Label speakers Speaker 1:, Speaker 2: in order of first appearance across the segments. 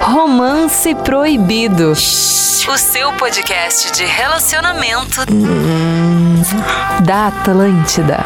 Speaker 1: Romance Proibido. O seu podcast de relacionamento da Atlântida.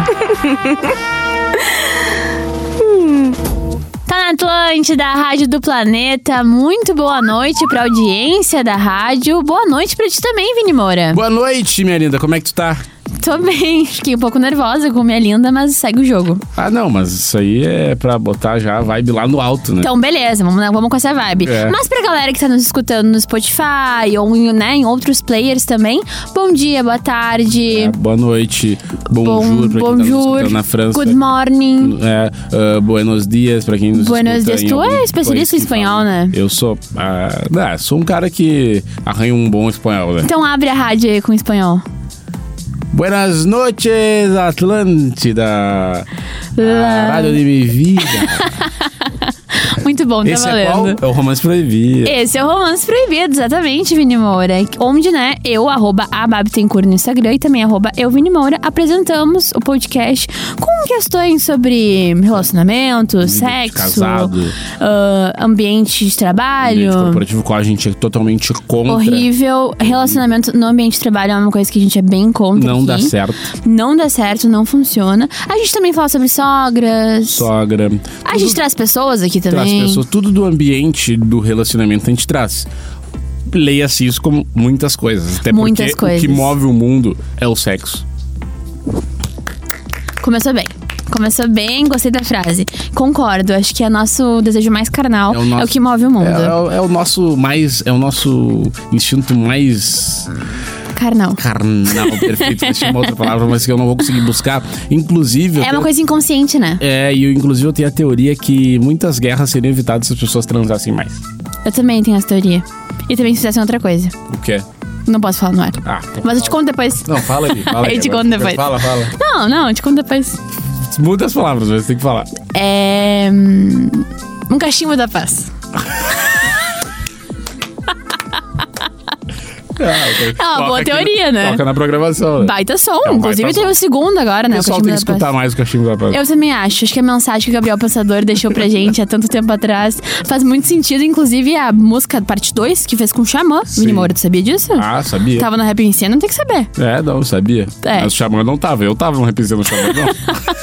Speaker 2: Tá na Atlântida, a Rádio do Planeta. Muito boa noite pra audiência da rádio. Boa noite pra ti também, Vini Moura.
Speaker 3: Boa noite, minha linda. Como é que tu tá?
Speaker 2: Tô bem, fiquei um pouco nervosa com minha linda, mas segue o jogo.
Speaker 3: Ah, não, mas isso aí é pra botar já a vibe lá no alto, né?
Speaker 2: Então, beleza, vamos, vamos com essa vibe.
Speaker 3: É.
Speaker 2: Mas pra galera que tá nos escutando no Spotify ou em, né, em outros players também, bom dia, boa tarde,
Speaker 3: É, boa noite, bonjour pra quem tá nos
Speaker 2: bonjour,
Speaker 3: escutando na França.
Speaker 2: good morning.
Speaker 3: É, ah, buenos dias pra quem nos
Speaker 2: Buenos
Speaker 3: escuta
Speaker 2: dias. Tu
Speaker 3: algum
Speaker 2: é especialista
Speaker 3: país
Speaker 2: em
Speaker 3: que
Speaker 2: espanhol,
Speaker 3: fala-
Speaker 2: né?
Speaker 3: Eu sou... ah, ah, sou um cara que arranha um bom espanhol, né?
Speaker 2: Então abre a rádio aí com espanhol.
Speaker 3: Buenas noches, Atlântida.
Speaker 2: Lá.
Speaker 3: A rádio de minha vida.
Speaker 2: Muito bom, tá
Speaker 3: Esse é
Speaker 2: valendo.
Speaker 3: qual? É o Romance Proibido.
Speaker 2: Esse é o Romance Proibido, exatamente, Vini Moura. Onde, né, eu, arroba a Babi Tencourt no Instagram e também arroba eu, Vini Moura, apresentamos o podcast com questões sobre relacionamento,
Speaker 3: de
Speaker 2: sexo,
Speaker 3: casado.
Speaker 2: ah, ambiente de trabalho.
Speaker 3: Ambiente corporativo qual a gente é totalmente contra.
Speaker 2: Horrível. Relacionamento no ambiente de trabalho é uma coisa que a gente é bem contra.
Speaker 3: Não
Speaker 2: aqui.
Speaker 3: dá certo.
Speaker 2: Não dá certo, não funciona. A gente também fala sobre sogras.
Speaker 3: Sogra.
Speaker 2: A gente traz pessoas aqui também.
Speaker 3: traz pessoas, tudo do ambiente do relacionamento a gente traz. Leia-se isso como muitas coisas. Até
Speaker 2: Muitas
Speaker 3: porque
Speaker 2: coisas.
Speaker 3: o que move o mundo é o sexo.
Speaker 2: Começou bem. Começou bem, gostei da frase. Concordo, acho que é nosso desejo mais carnal, é o,
Speaker 3: nosso-
Speaker 2: que move o mundo.
Speaker 3: É, é o- é o nosso mais. É o nosso instinto mais é
Speaker 2: Carnal.
Speaker 3: carnal, perfeito. Achei uma outra palavra, mas que eu não vou conseguir buscar. Inclusive. eu
Speaker 2: É uma
Speaker 3: tenho-
Speaker 2: coisa inconsciente, né?
Speaker 3: É, e eu, inclusive eu tenho a teoria que muitas guerras seriam evitadas se as pessoas transassem mais.
Speaker 2: Eu também tenho essa teoria. E também se fizessem outra coisa.
Speaker 3: O quê?
Speaker 2: Não posso falar no ar.
Speaker 3: Ah,
Speaker 2: Mas eu te conto depois.
Speaker 3: Não, fala aí, fala aí.
Speaker 2: Eu te
Speaker 3: agora.
Speaker 2: conto depois.
Speaker 3: Fala, fala.
Speaker 2: Não, não, eu te conto depois.
Speaker 3: Muda as palavras, mas tem que falar.
Speaker 2: É. hum, Um cachimbo da paz. É uma boa teoria, né?
Speaker 3: Toca na programação, né?
Speaker 2: Baita som.
Speaker 3: É um
Speaker 2: Inclusive,
Speaker 3: baita
Speaker 2: teve
Speaker 3: som.
Speaker 2: o segundo agora,
Speaker 3: o
Speaker 2: né?
Speaker 3: pessoal
Speaker 2: o
Speaker 3: tem
Speaker 2: cachimbo da
Speaker 3: que
Speaker 2: paz.
Speaker 3: escutar mais o cachimbo da paz.
Speaker 2: Eu também acho. Acho que a mensagem que o Gabriel Pensador deixou pra gente há tanto tempo atrás faz muito sentido. Inclusive, a música parte 2, que fez com o Xamã. Vini Moura, tu sabia disso?
Speaker 3: Ah, sabia?
Speaker 2: Tava no Rap em Cena, não tem que saber.
Speaker 3: É, não, sabia.
Speaker 2: Tá É.
Speaker 3: Mas o Xamã não tava, eu tava não repisando o Xamã, não.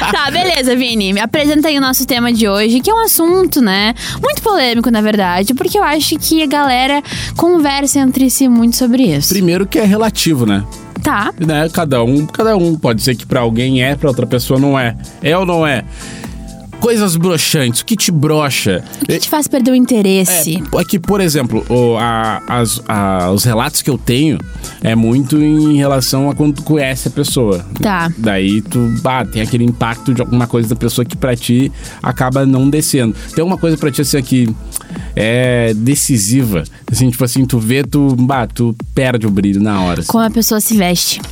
Speaker 3: Ah.
Speaker 2: tá, beleza, Vini. Apresenta aí o nosso tema de hoje, que é um assunto, né? Muito polêmico, na verdade, porque eu acho que a galera conversa entre si muito sobre isso.
Speaker 3: Primeiro que é relativo, né?
Speaker 2: Tá.
Speaker 3: né? Cada um, cada um. Pode ser que pra alguém é, pra outra pessoa não é. É ou não é? Coisas broxantes, o que te brocha?
Speaker 2: O que te faz perder o interesse?
Speaker 3: É, é que, por exemplo, o- a- as- a- os relatos que eu tenho é muito em relação a quando tu conhece a pessoa.
Speaker 2: Tá.
Speaker 3: Daí tu bah, tem aquele impacto de alguma coisa da pessoa que pra ti acaba não descendo. Tem uma coisa pra ti assim que é decisiva. Assim, tipo assim, tu vê, tu, bah, tu perde o brilho na hora. assim,
Speaker 2: Como a pessoa se veste.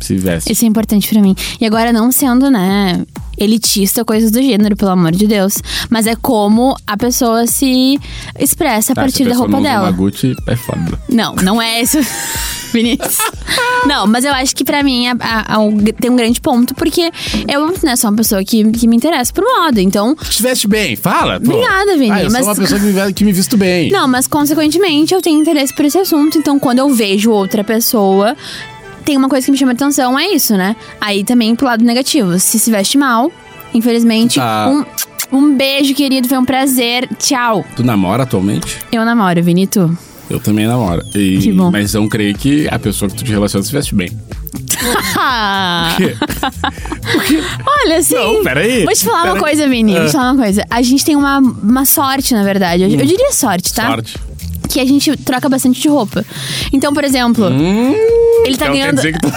Speaker 3: se veste.
Speaker 2: Isso é importante pra mim. E agora, não sendo, né, elitista, coisas do gênero, pelo amor de Deus. Mas é como a pessoa se expressa a
Speaker 3: Tá, se
Speaker 2: partir da
Speaker 3: pessoa
Speaker 2: roupa
Speaker 3: não usa
Speaker 2: dela.
Speaker 3: Uma Gucci, é foda.
Speaker 2: Não, não é isso. Vinícius. Não, mas eu acho que pra mim a- a- a- o- tem um grande ponto, porque eu né, sou uma pessoa que, que me interessa por moda. Então,
Speaker 3: Te veste bem, fala. pô.
Speaker 2: Obrigada, Vini,
Speaker 3: Ah, eu
Speaker 2: mas-
Speaker 3: sou uma pessoa que me, ve- que me visto bem.
Speaker 2: Não, mas consequentemente eu tenho interesse por esse assunto. Então, quando eu vejo outra pessoa, tem uma coisa que me chama atenção, é isso, né? Aí também pro lado negativo. Se se veste mal, infelizmente,
Speaker 3: Tá.
Speaker 2: um. Um beijo, querido. Foi um prazer. Tchau.
Speaker 3: Tu namora atualmente?
Speaker 2: Eu namoro, Vinito.
Speaker 3: Eu também namoro. E-
Speaker 2: Que bom.
Speaker 3: Mas não creio que a pessoa que tu te relaciona se veste bem.
Speaker 2: Olha, assim.
Speaker 3: Não, peraí.
Speaker 2: Vou te falar uma
Speaker 3: Peraí. Ah.
Speaker 2: coisa, Vini. Vou te falar uma coisa. A gente tem uma, uma sorte, na verdade. Eu, eu diria sorte, tá?
Speaker 3: Hum. Sorte.
Speaker 2: Que a gente troca bastante de roupa. Então, por exemplo, ele tá
Speaker 3: Então quer
Speaker 2: ganhando.
Speaker 3: dizer que tu...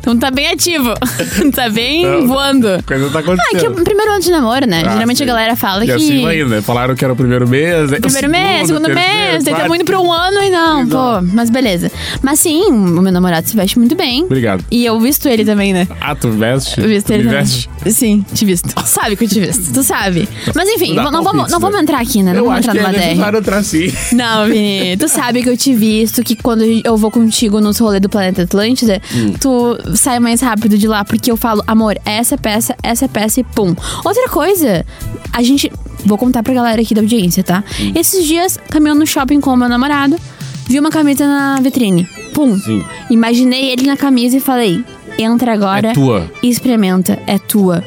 Speaker 2: Então tá bem ativo. tá bem
Speaker 3: Não,
Speaker 2: voando.
Speaker 3: coisa tá
Speaker 2: Ah, que é
Speaker 3: acontecendo.
Speaker 2: o primeiro ano de namoro, né?
Speaker 3: Ah,
Speaker 2: Geralmente
Speaker 3: sim.
Speaker 2: a galera fala
Speaker 3: e
Speaker 2: que.
Speaker 3: assim vai indo, né? Falaram que era o primeiro mês. aí o
Speaker 2: Primeiro mês, segundo
Speaker 3: terceiro,
Speaker 2: mês, daí
Speaker 3: quarto.
Speaker 2: estamos indo pra um ano e não, pô. Mas beleza. Mas sim, o meu namorado se veste muito bem.
Speaker 3: Obrigado.
Speaker 2: E eu visto ele também, né?
Speaker 3: Ah, tu veste?
Speaker 2: Eu né? visto
Speaker 3: Tu
Speaker 2: ele
Speaker 3: me
Speaker 2: também.
Speaker 3: veste?
Speaker 2: Sim, te visto. Tu sabe que eu te visto, tu sabe. Mas enfim,
Speaker 3: Tá. Dá
Speaker 2: não, não vamos,
Speaker 3: palpite,
Speaker 2: não
Speaker 3: né?
Speaker 2: vamos entrar aqui, né? Não
Speaker 3: Eu
Speaker 2: vamos
Speaker 3: acho
Speaker 2: entrar
Speaker 3: que é
Speaker 2: numa DR.
Speaker 3: necessário entrar sim.
Speaker 2: Não, Vini, tu sabe que eu te visto, que quando eu vou contigo nos rolês do Planeta Atlântida,
Speaker 3: Hum.
Speaker 2: tu sai mais rápido de lá, porque eu falo, amor, essa peça, essa peça e pum. Outra coisa, A gente. Vou contar pra galera aqui da audiência, tá?
Speaker 3: Hum.
Speaker 2: Esses dias, caminhando no shopping com o meu namorado, vi uma camisa na vitrine. Pum.
Speaker 3: Sim.
Speaker 2: Imaginei ele na camisa e falei: entra agora.
Speaker 3: É tua.
Speaker 2: E experimenta. É tua.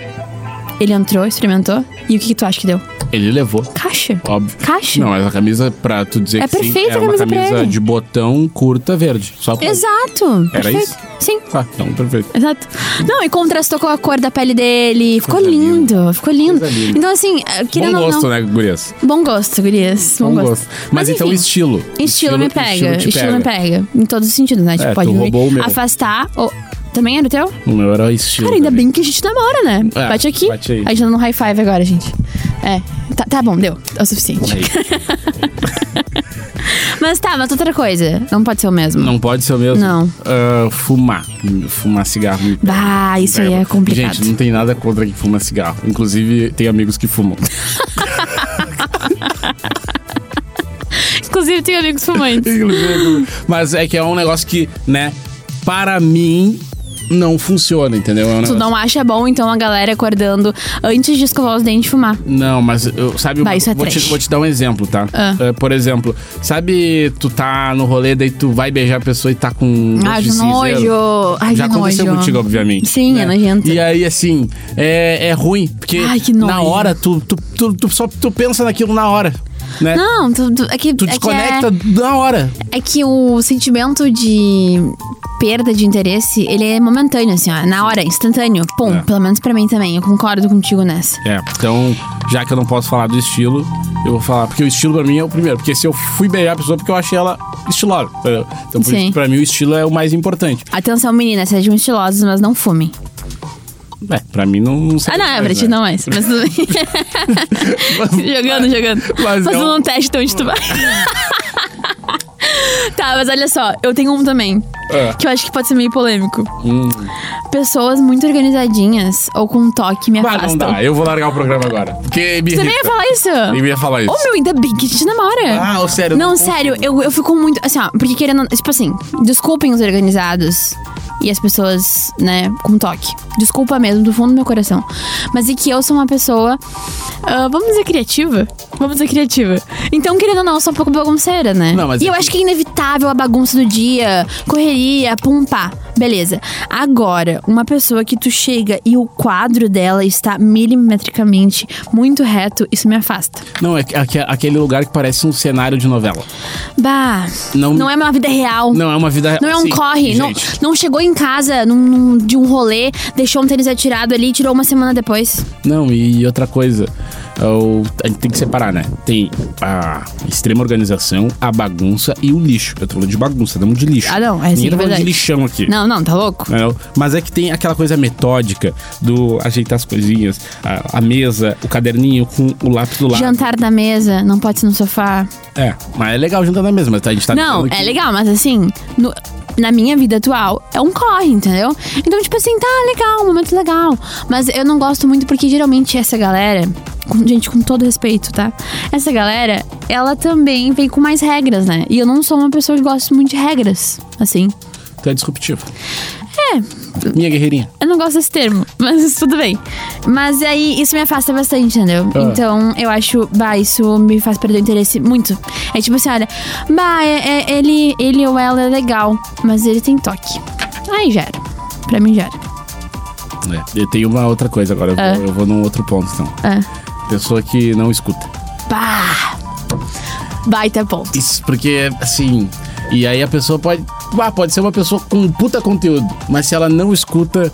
Speaker 2: Ele entrou, experimentou. E o que, que tu acha que deu?
Speaker 3: Ele levou.
Speaker 2: Caixa.
Speaker 3: Óbvio.
Speaker 2: Caixa.
Speaker 3: Não, essa camisa, pra tu dizer
Speaker 2: É
Speaker 3: que sim,
Speaker 2: perfeita
Speaker 3: era
Speaker 2: a camisa
Speaker 3: uma
Speaker 2: pra
Speaker 3: camisa
Speaker 2: ele.
Speaker 3: de botão curta verde. Só pra...
Speaker 2: Exato.
Speaker 3: Era
Speaker 2: Perfeito.
Speaker 3: isso?
Speaker 2: Sim.
Speaker 3: Ah, então, perfeito.
Speaker 2: Exato. Não, e contrastou com a cor da pele dele. Ficou
Speaker 3: Coisa
Speaker 2: lindo, ficou lindo.
Speaker 3: Coisa linda.
Speaker 2: Então, assim, eh, querendo
Speaker 3: Bom
Speaker 2: ou
Speaker 3: gosto,
Speaker 2: não.
Speaker 3: né, gurias?
Speaker 2: Bom gosto, gurias. Bom,
Speaker 3: Bom
Speaker 2: gosto.
Speaker 3: gosto. Mas, então,
Speaker 2: enfim,
Speaker 3: estilo.
Speaker 2: Estilo, me pega. Estilo,
Speaker 3: te É,
Speaker 2: me pega. Em todos os sentidos, né? Tipo,
Speaker 3: tu
Speaker 2: pode me
Speaker 3: roubou o meu.
Speaker 2: afastar. Ou... Também era o teu?
Speaker 3: O meu era estilo.
Speaker 2: Cara, ainda
Speaker 3: também.
Speaker 2: bem que a gente namora, né?
Speaker 3: É,
Speaker 2: bate aqui.
Speaker 3: bate aí.
Speaker 2: A gente tá no high five agora, gente. É. Tá, tá bom, deu. É o suficiente.
Speaker 3: Aí,
Speaker 2: Mas tá, mas outra coisa. Não pode ser o mesmo.
Speaker 3: Não pode ser o mesmo?
Speaker 2: Não.
Speaker 3: Ah, fumar. Fumar cigarro. me pega.
Speaker 2: Bah, isso aí é complicado.
Speaker 3: Gente, não tem nada contra quem fuma cigarro. Inclusive, tem amigos que fumam.
Speaker 2: Inclusive, tenho amigos fumantes.
Speaker 3: Inclusive, Mas é que é um negócio que, né, para mim, não funciona, entendeu? É um
Speaker 2: Tu
Speaker 3: negócio-
Speaker 2: não acha bom, então, a galera acordando antes de escovar os dentes e fumar.
Speaker 3: Não, mas eu, sabe,
Speaker 2: Bah, isso é
Speaker 3: vou, te,
Speaker 2: trash.
Speaker 3: vou te dar um exemplo, tá?
Speaker 2: Ah.
Speaker 3: É, por exemplo, sabe, tu tá no rolê, daí tu vai beijar a pessoa e tá com.
Speaker 2: Ai,
Speaker 3: gosto de
Speaker 2: que
Speaker 3: cinzeiro?
Speaker 2: nojo. Ai,
Speaker 3: Já
Speaker 2: que
Speaker 3: aconteceu
Speaker 2: nojo.
Speaker 3: contigo, obviamente. né?
Speaker 2: Sim, é nojento.
Speaker 3: E aí, assim, é, é ruim, porque
Speaker 2: Ai, que
Speaker 3: na
Speaker 2: nojo.
Speaker 3: hora tu, tu, tu, tu só tu pensa naquilo na hora, né?
Speaker 2: Não, tu, tu- é que.
Speaker 3: Tu
Speaker 2: é que
Speaker 3: desconecta na hora.
Speaker 2: É, é que o sentimento de perda de interesse, ele é momentâneo, assim, ó. Na hora, instantâneo. Pum.
Speaker 3: É.
Speaker 2: Pelo menos pra mim também. Eu concordo contigo nessa.
Speaker 3: É, então, já que eu não posso falar do estilo, eu vou falar. Porque o estilo pra mim é o primeiro. Porque se eu fui beijar a pessoa, porque eu achei ela estilosa. entendeu? Então, por
Speaker 2: Sim.
Speaker 3: isso, que pra mim, o estilo é o mais importante.
Speaker 2: Atenção, meninas, sejam estilosos, mas não fumem.
Speaker 3: É, pra mim não, não sei. né?
Speaker 2: Ah, não, é pra ti não mais. Mas tudo bem. jogando, jogando.
Speaker 3: mas é
Speaker 2: Fazendo
Speaker 3: não-
Speaker 2: um teste de onde tu vai. tá, mas olha só, eu tenho um também.
Speaker 3: É. Hum.
Speaker 2: Que eu acho que pode ser meio polêmico. Pessoas muito organizadinhas ou com um toque me
Speaker 3: Ah, não
Speaker 2: afastam.
Speaker 3: dá. Eu vou largar o programa agora. Porque me
Speaker 2: Tu também ia
Speaker 3: irrita.
Speaker 2: falar isso?
Speaker 3: Eu ia falar isso.
Speaker 2: Ô, Oh, meu, ainda bem que a gente namora.
Speaker 3: Ah, ô, sério, eu
Speaker 2: Não,
Speaker 3: não
Speaker 2: sério, eu, eu fico muito. Assim, ó, porque querendo. Tipo assim, desculpem os organizados e as pessoas, né, com toque. Desculpa mesmo, do fundo do meu coração. Mas é que eu sou uma pessoa. ah, vamos dizer criativa? Vamos dizer criativa. Então, querendo ou não, eu sou um pouco bagunceira, né?
Speaker 3: Não, mas
Speaker 2: e
Speaker 3: é
Speaker 2: eu
Speaker 3: que-
Speaker 2: acho que é inevitável a bagunça do dia, correria, pum, pá. Beleza. Agora, uma pessoa que tu chega e o quadro dela está milimetricamente muito reto, isso me afasta.
Speaker 3: Não, é que- aque- aquele lugar que parece um cenário de novela.
Speaker 2: Bah,
Speaker 3: Não-
Speaker 2: não, é uma vida real. Não.
Speaker 3: Não é uma vida.
Speaker 2: é um
Speaker 3: Sim,
Speaker 2: corre, não,
Speaker 3: gente.
Speaker 2: não chegou em casa num- num- de um rolê, deixou um tênis atirado ali e tirou uma semana depois.
Speaker 3: Não, e outra coisa. é o- a gente tem que separar, né? Tem a extrema organização, a bagunça e o lixo. Eu tô falando de bagunça, não de lixo.
Speaker 2: Ah, não, é sim,
Speaker 3: Ninguém tá
Speaker 2: é
Speaker 3: falando de
Speaker 2: verdade.
Speaker 3: lixão aqui.
Speaker 2: Não, não, tá louco?
Speaker 3: Não, Mas é que tem aquela coisa metódica do ajeitar as coisinhas, a, a mesa, o caderninho com o lápis do lado.
Speaker 2: Jantar na mesa, não pode ser no sofá.
Speaker 3: É, mas é legal jantar na mesa, mas a gente tá
Speaker 2: não,
Speaker 3: dizendo que-
Speaker 2: é legal, mas assim, no- na minha vida atual, é um corre, entendeu? Então, tipo assim, tá legal, um momento legal. Mas eu não gosto muito porque geralmente essa galera, com- gente, com todo respeito, tá? Essa galera, ela também vem com mais regras, né? E eu não sou uma pessoa que gosta muito de regras, assim.
Speaker 3: Tu é disruptivo.
Speaker 2: É,
Speaker 3: Minha guerreirinha.
Speaker 2: eu não gosto desse termo, mas tudo bem. Mas aí isso me afasta bastante, entendeu?
Speaker 3: Ah.
Speaker 2: Então eu acho, bah, isso me faz perder o interesse muito. É tipo assim, olha, bah, é- é- ele, ele ou ela é legal, mas ele tem toque. Aí gera. Pra mim gera.
Speaker 3: É, eu tenho uma outra coisa agora, eu,
Speaker 2: É.
Speaker 3: vou, eu vou num outro ponto então.
Speaker 2: É.
Speaker 3: Pessoa que não escuta.
Speaker 2: Bah! Baita ponto.
Speaker 3: Isso porque, assim. E aí a pessoa pode. Ah, pode ser uma pessoa com um puta conteúdo, mas se ela não escuta.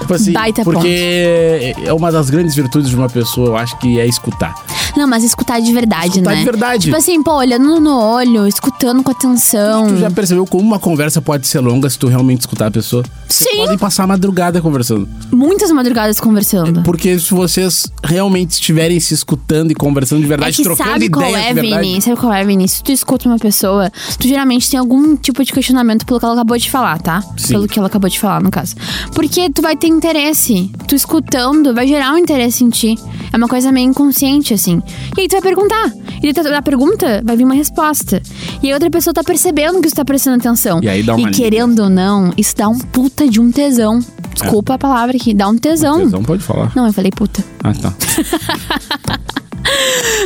Speaker 3: Tipo assim,
Speaker 2: Baita
Speaker 3: porque é uma das grandes virtudes de uma pessoa, eu acho que é escutar.
Speaker 2: Não, mas escutar de verdade,
Speaker 3: Escutar
Speaker 2: né?
Speaker 3: de verdade.
Speaker 2: Tipo assim, pô, olhando no olho, escutando com atenção.
Speaker 3: Tu já percebeu como uma conversa pode ser longa se tu realmente escutar a pessoa? Vocês
Speaker 2: Sim.
Speaker 3: podem passar a madrugada conversando.
Speaker 2: Muitas madrugadas conversando.
Speaker 3: Porque se vocês realmente estiverem se escutando e conversando de
Speaker 2: É
Speaker 3: verdade,
Speaker 2: que
Speaker 3: trocando
Speaker 2: sabe
Speaker 3: ideias
Speaker 2: qual é,
Speaker 3: de verdade.
Speaker 2: Vini? Sabe qual é, Vini? Se tu escuta uma pessoa, tu geralmente tem algum tipo de questionamento pelo que ela acabou de falar, tá?
Speaker 3: Sim.
Speaker 2: Pelo que ela acabou de falar, no caso. Porque tu vai ter interesse. Tu escutando vai gerar um interesse em ti. É uma coisa meio inconsciente, assim. E aí tu vai perguntar. E daí da pergunta vai vir uma resposta. E aí outra pessoa tá percebendo que tu tá prestando atenção.
Speaker 3: E aí dá uma
Speaker 2: E
Speaker 3: liga.
Speaker 2: querendo ou não, isso dá um puta de um tesão.
Speaker 3: É.
Speaker 2: Desculpa a palavra aqui, dá um tesão.
Speaker 3: Tesão, pode falar.
Speaker 2: Não, eu falei puta.
Speaker 3: Ah, tá.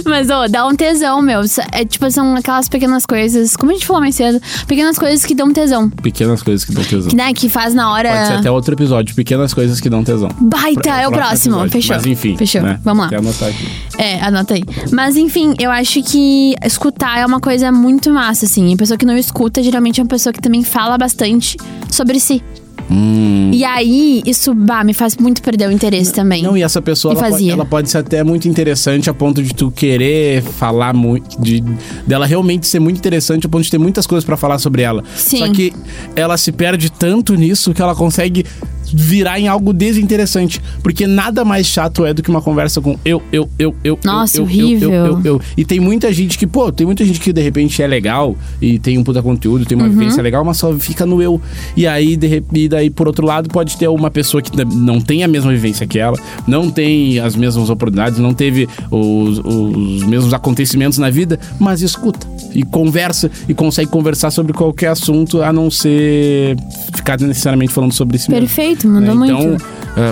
Speaker 2: mas, ô, dá um tesão, meu. Sa- É, tipo, são aquelas pequenas coisas. Como a gente falou mais cedo, pequenas coisas que dão um tesão.
Speaker 3: Pequenas coisas que dão tesão.
Speaker 2: Que, né, que faz na hora.
Speaker 3: Pode ser até outro episódio. Pequenas coisas que dão tesão.
Speaker 2: Baita, é o próximo.
Speaker 3: episódio.
Speaker 2: Fechou.
Speaker 3: Mas enfim.
Speaker 2: Fechou.
Speaker 3: né?
Speaker 2: Vamos lá.
Speaker 3: Até anotar aqui.
Speaker 2: É, anota aí. Mas enfim, eu acho que escutar é uma coisa muito massa, assim. A pessoa que não escuta geralmente é uma pessoa que também fala bastante sobre si. E aí, isso bah, me faz muito perder o interesse também.
Speaker 3: Hum. Não, e essa pessoa
Speaker 2: E
Speaker 3: ela, pode,
Speaker 2: fazia.
Speaker 3: ela pode ser até muito interessante a ponto de tu querer falar muito. De, dela realmente ser muito interessante a ponto de ter muitas coisas pra falar sobre ela.
Speaker 2: Sim.
Speaker 3: Só que ela se perde tanto nisso que ela consegue virar em algo desinteressante. Porque nada mais chato é do que uma conversa com eu, eu, eu, eu.
Speaker 2: Nossa,
Speaker 3: eu, eu,
Speaker 2: horrível.
Speaker 3: Eu, eu, eu, eu. E tem muita gente que, pô, tem muita gente que de repente é legal e tem um puta conteúdo, tem uma
Speaker 2: Uhum.
Speaker 3: vivência legal, mas só fica no eu. E aí, de repente, daí, por outro lado, pode ter uma pessoa que não tem a mesma vivência que ela, não tem as mesmas oportunidades, não teve os, os mesmos acontecimentos na vida, mas escuta e conversa e consegue conversar sobre qualquer assunto, a não ser ficar necessariamente falando sobre si mesmo.
Speaker 2: Perfeito, mandou
Speaker 3: né?
Speaker 2: muito.
Speaker 3: Então,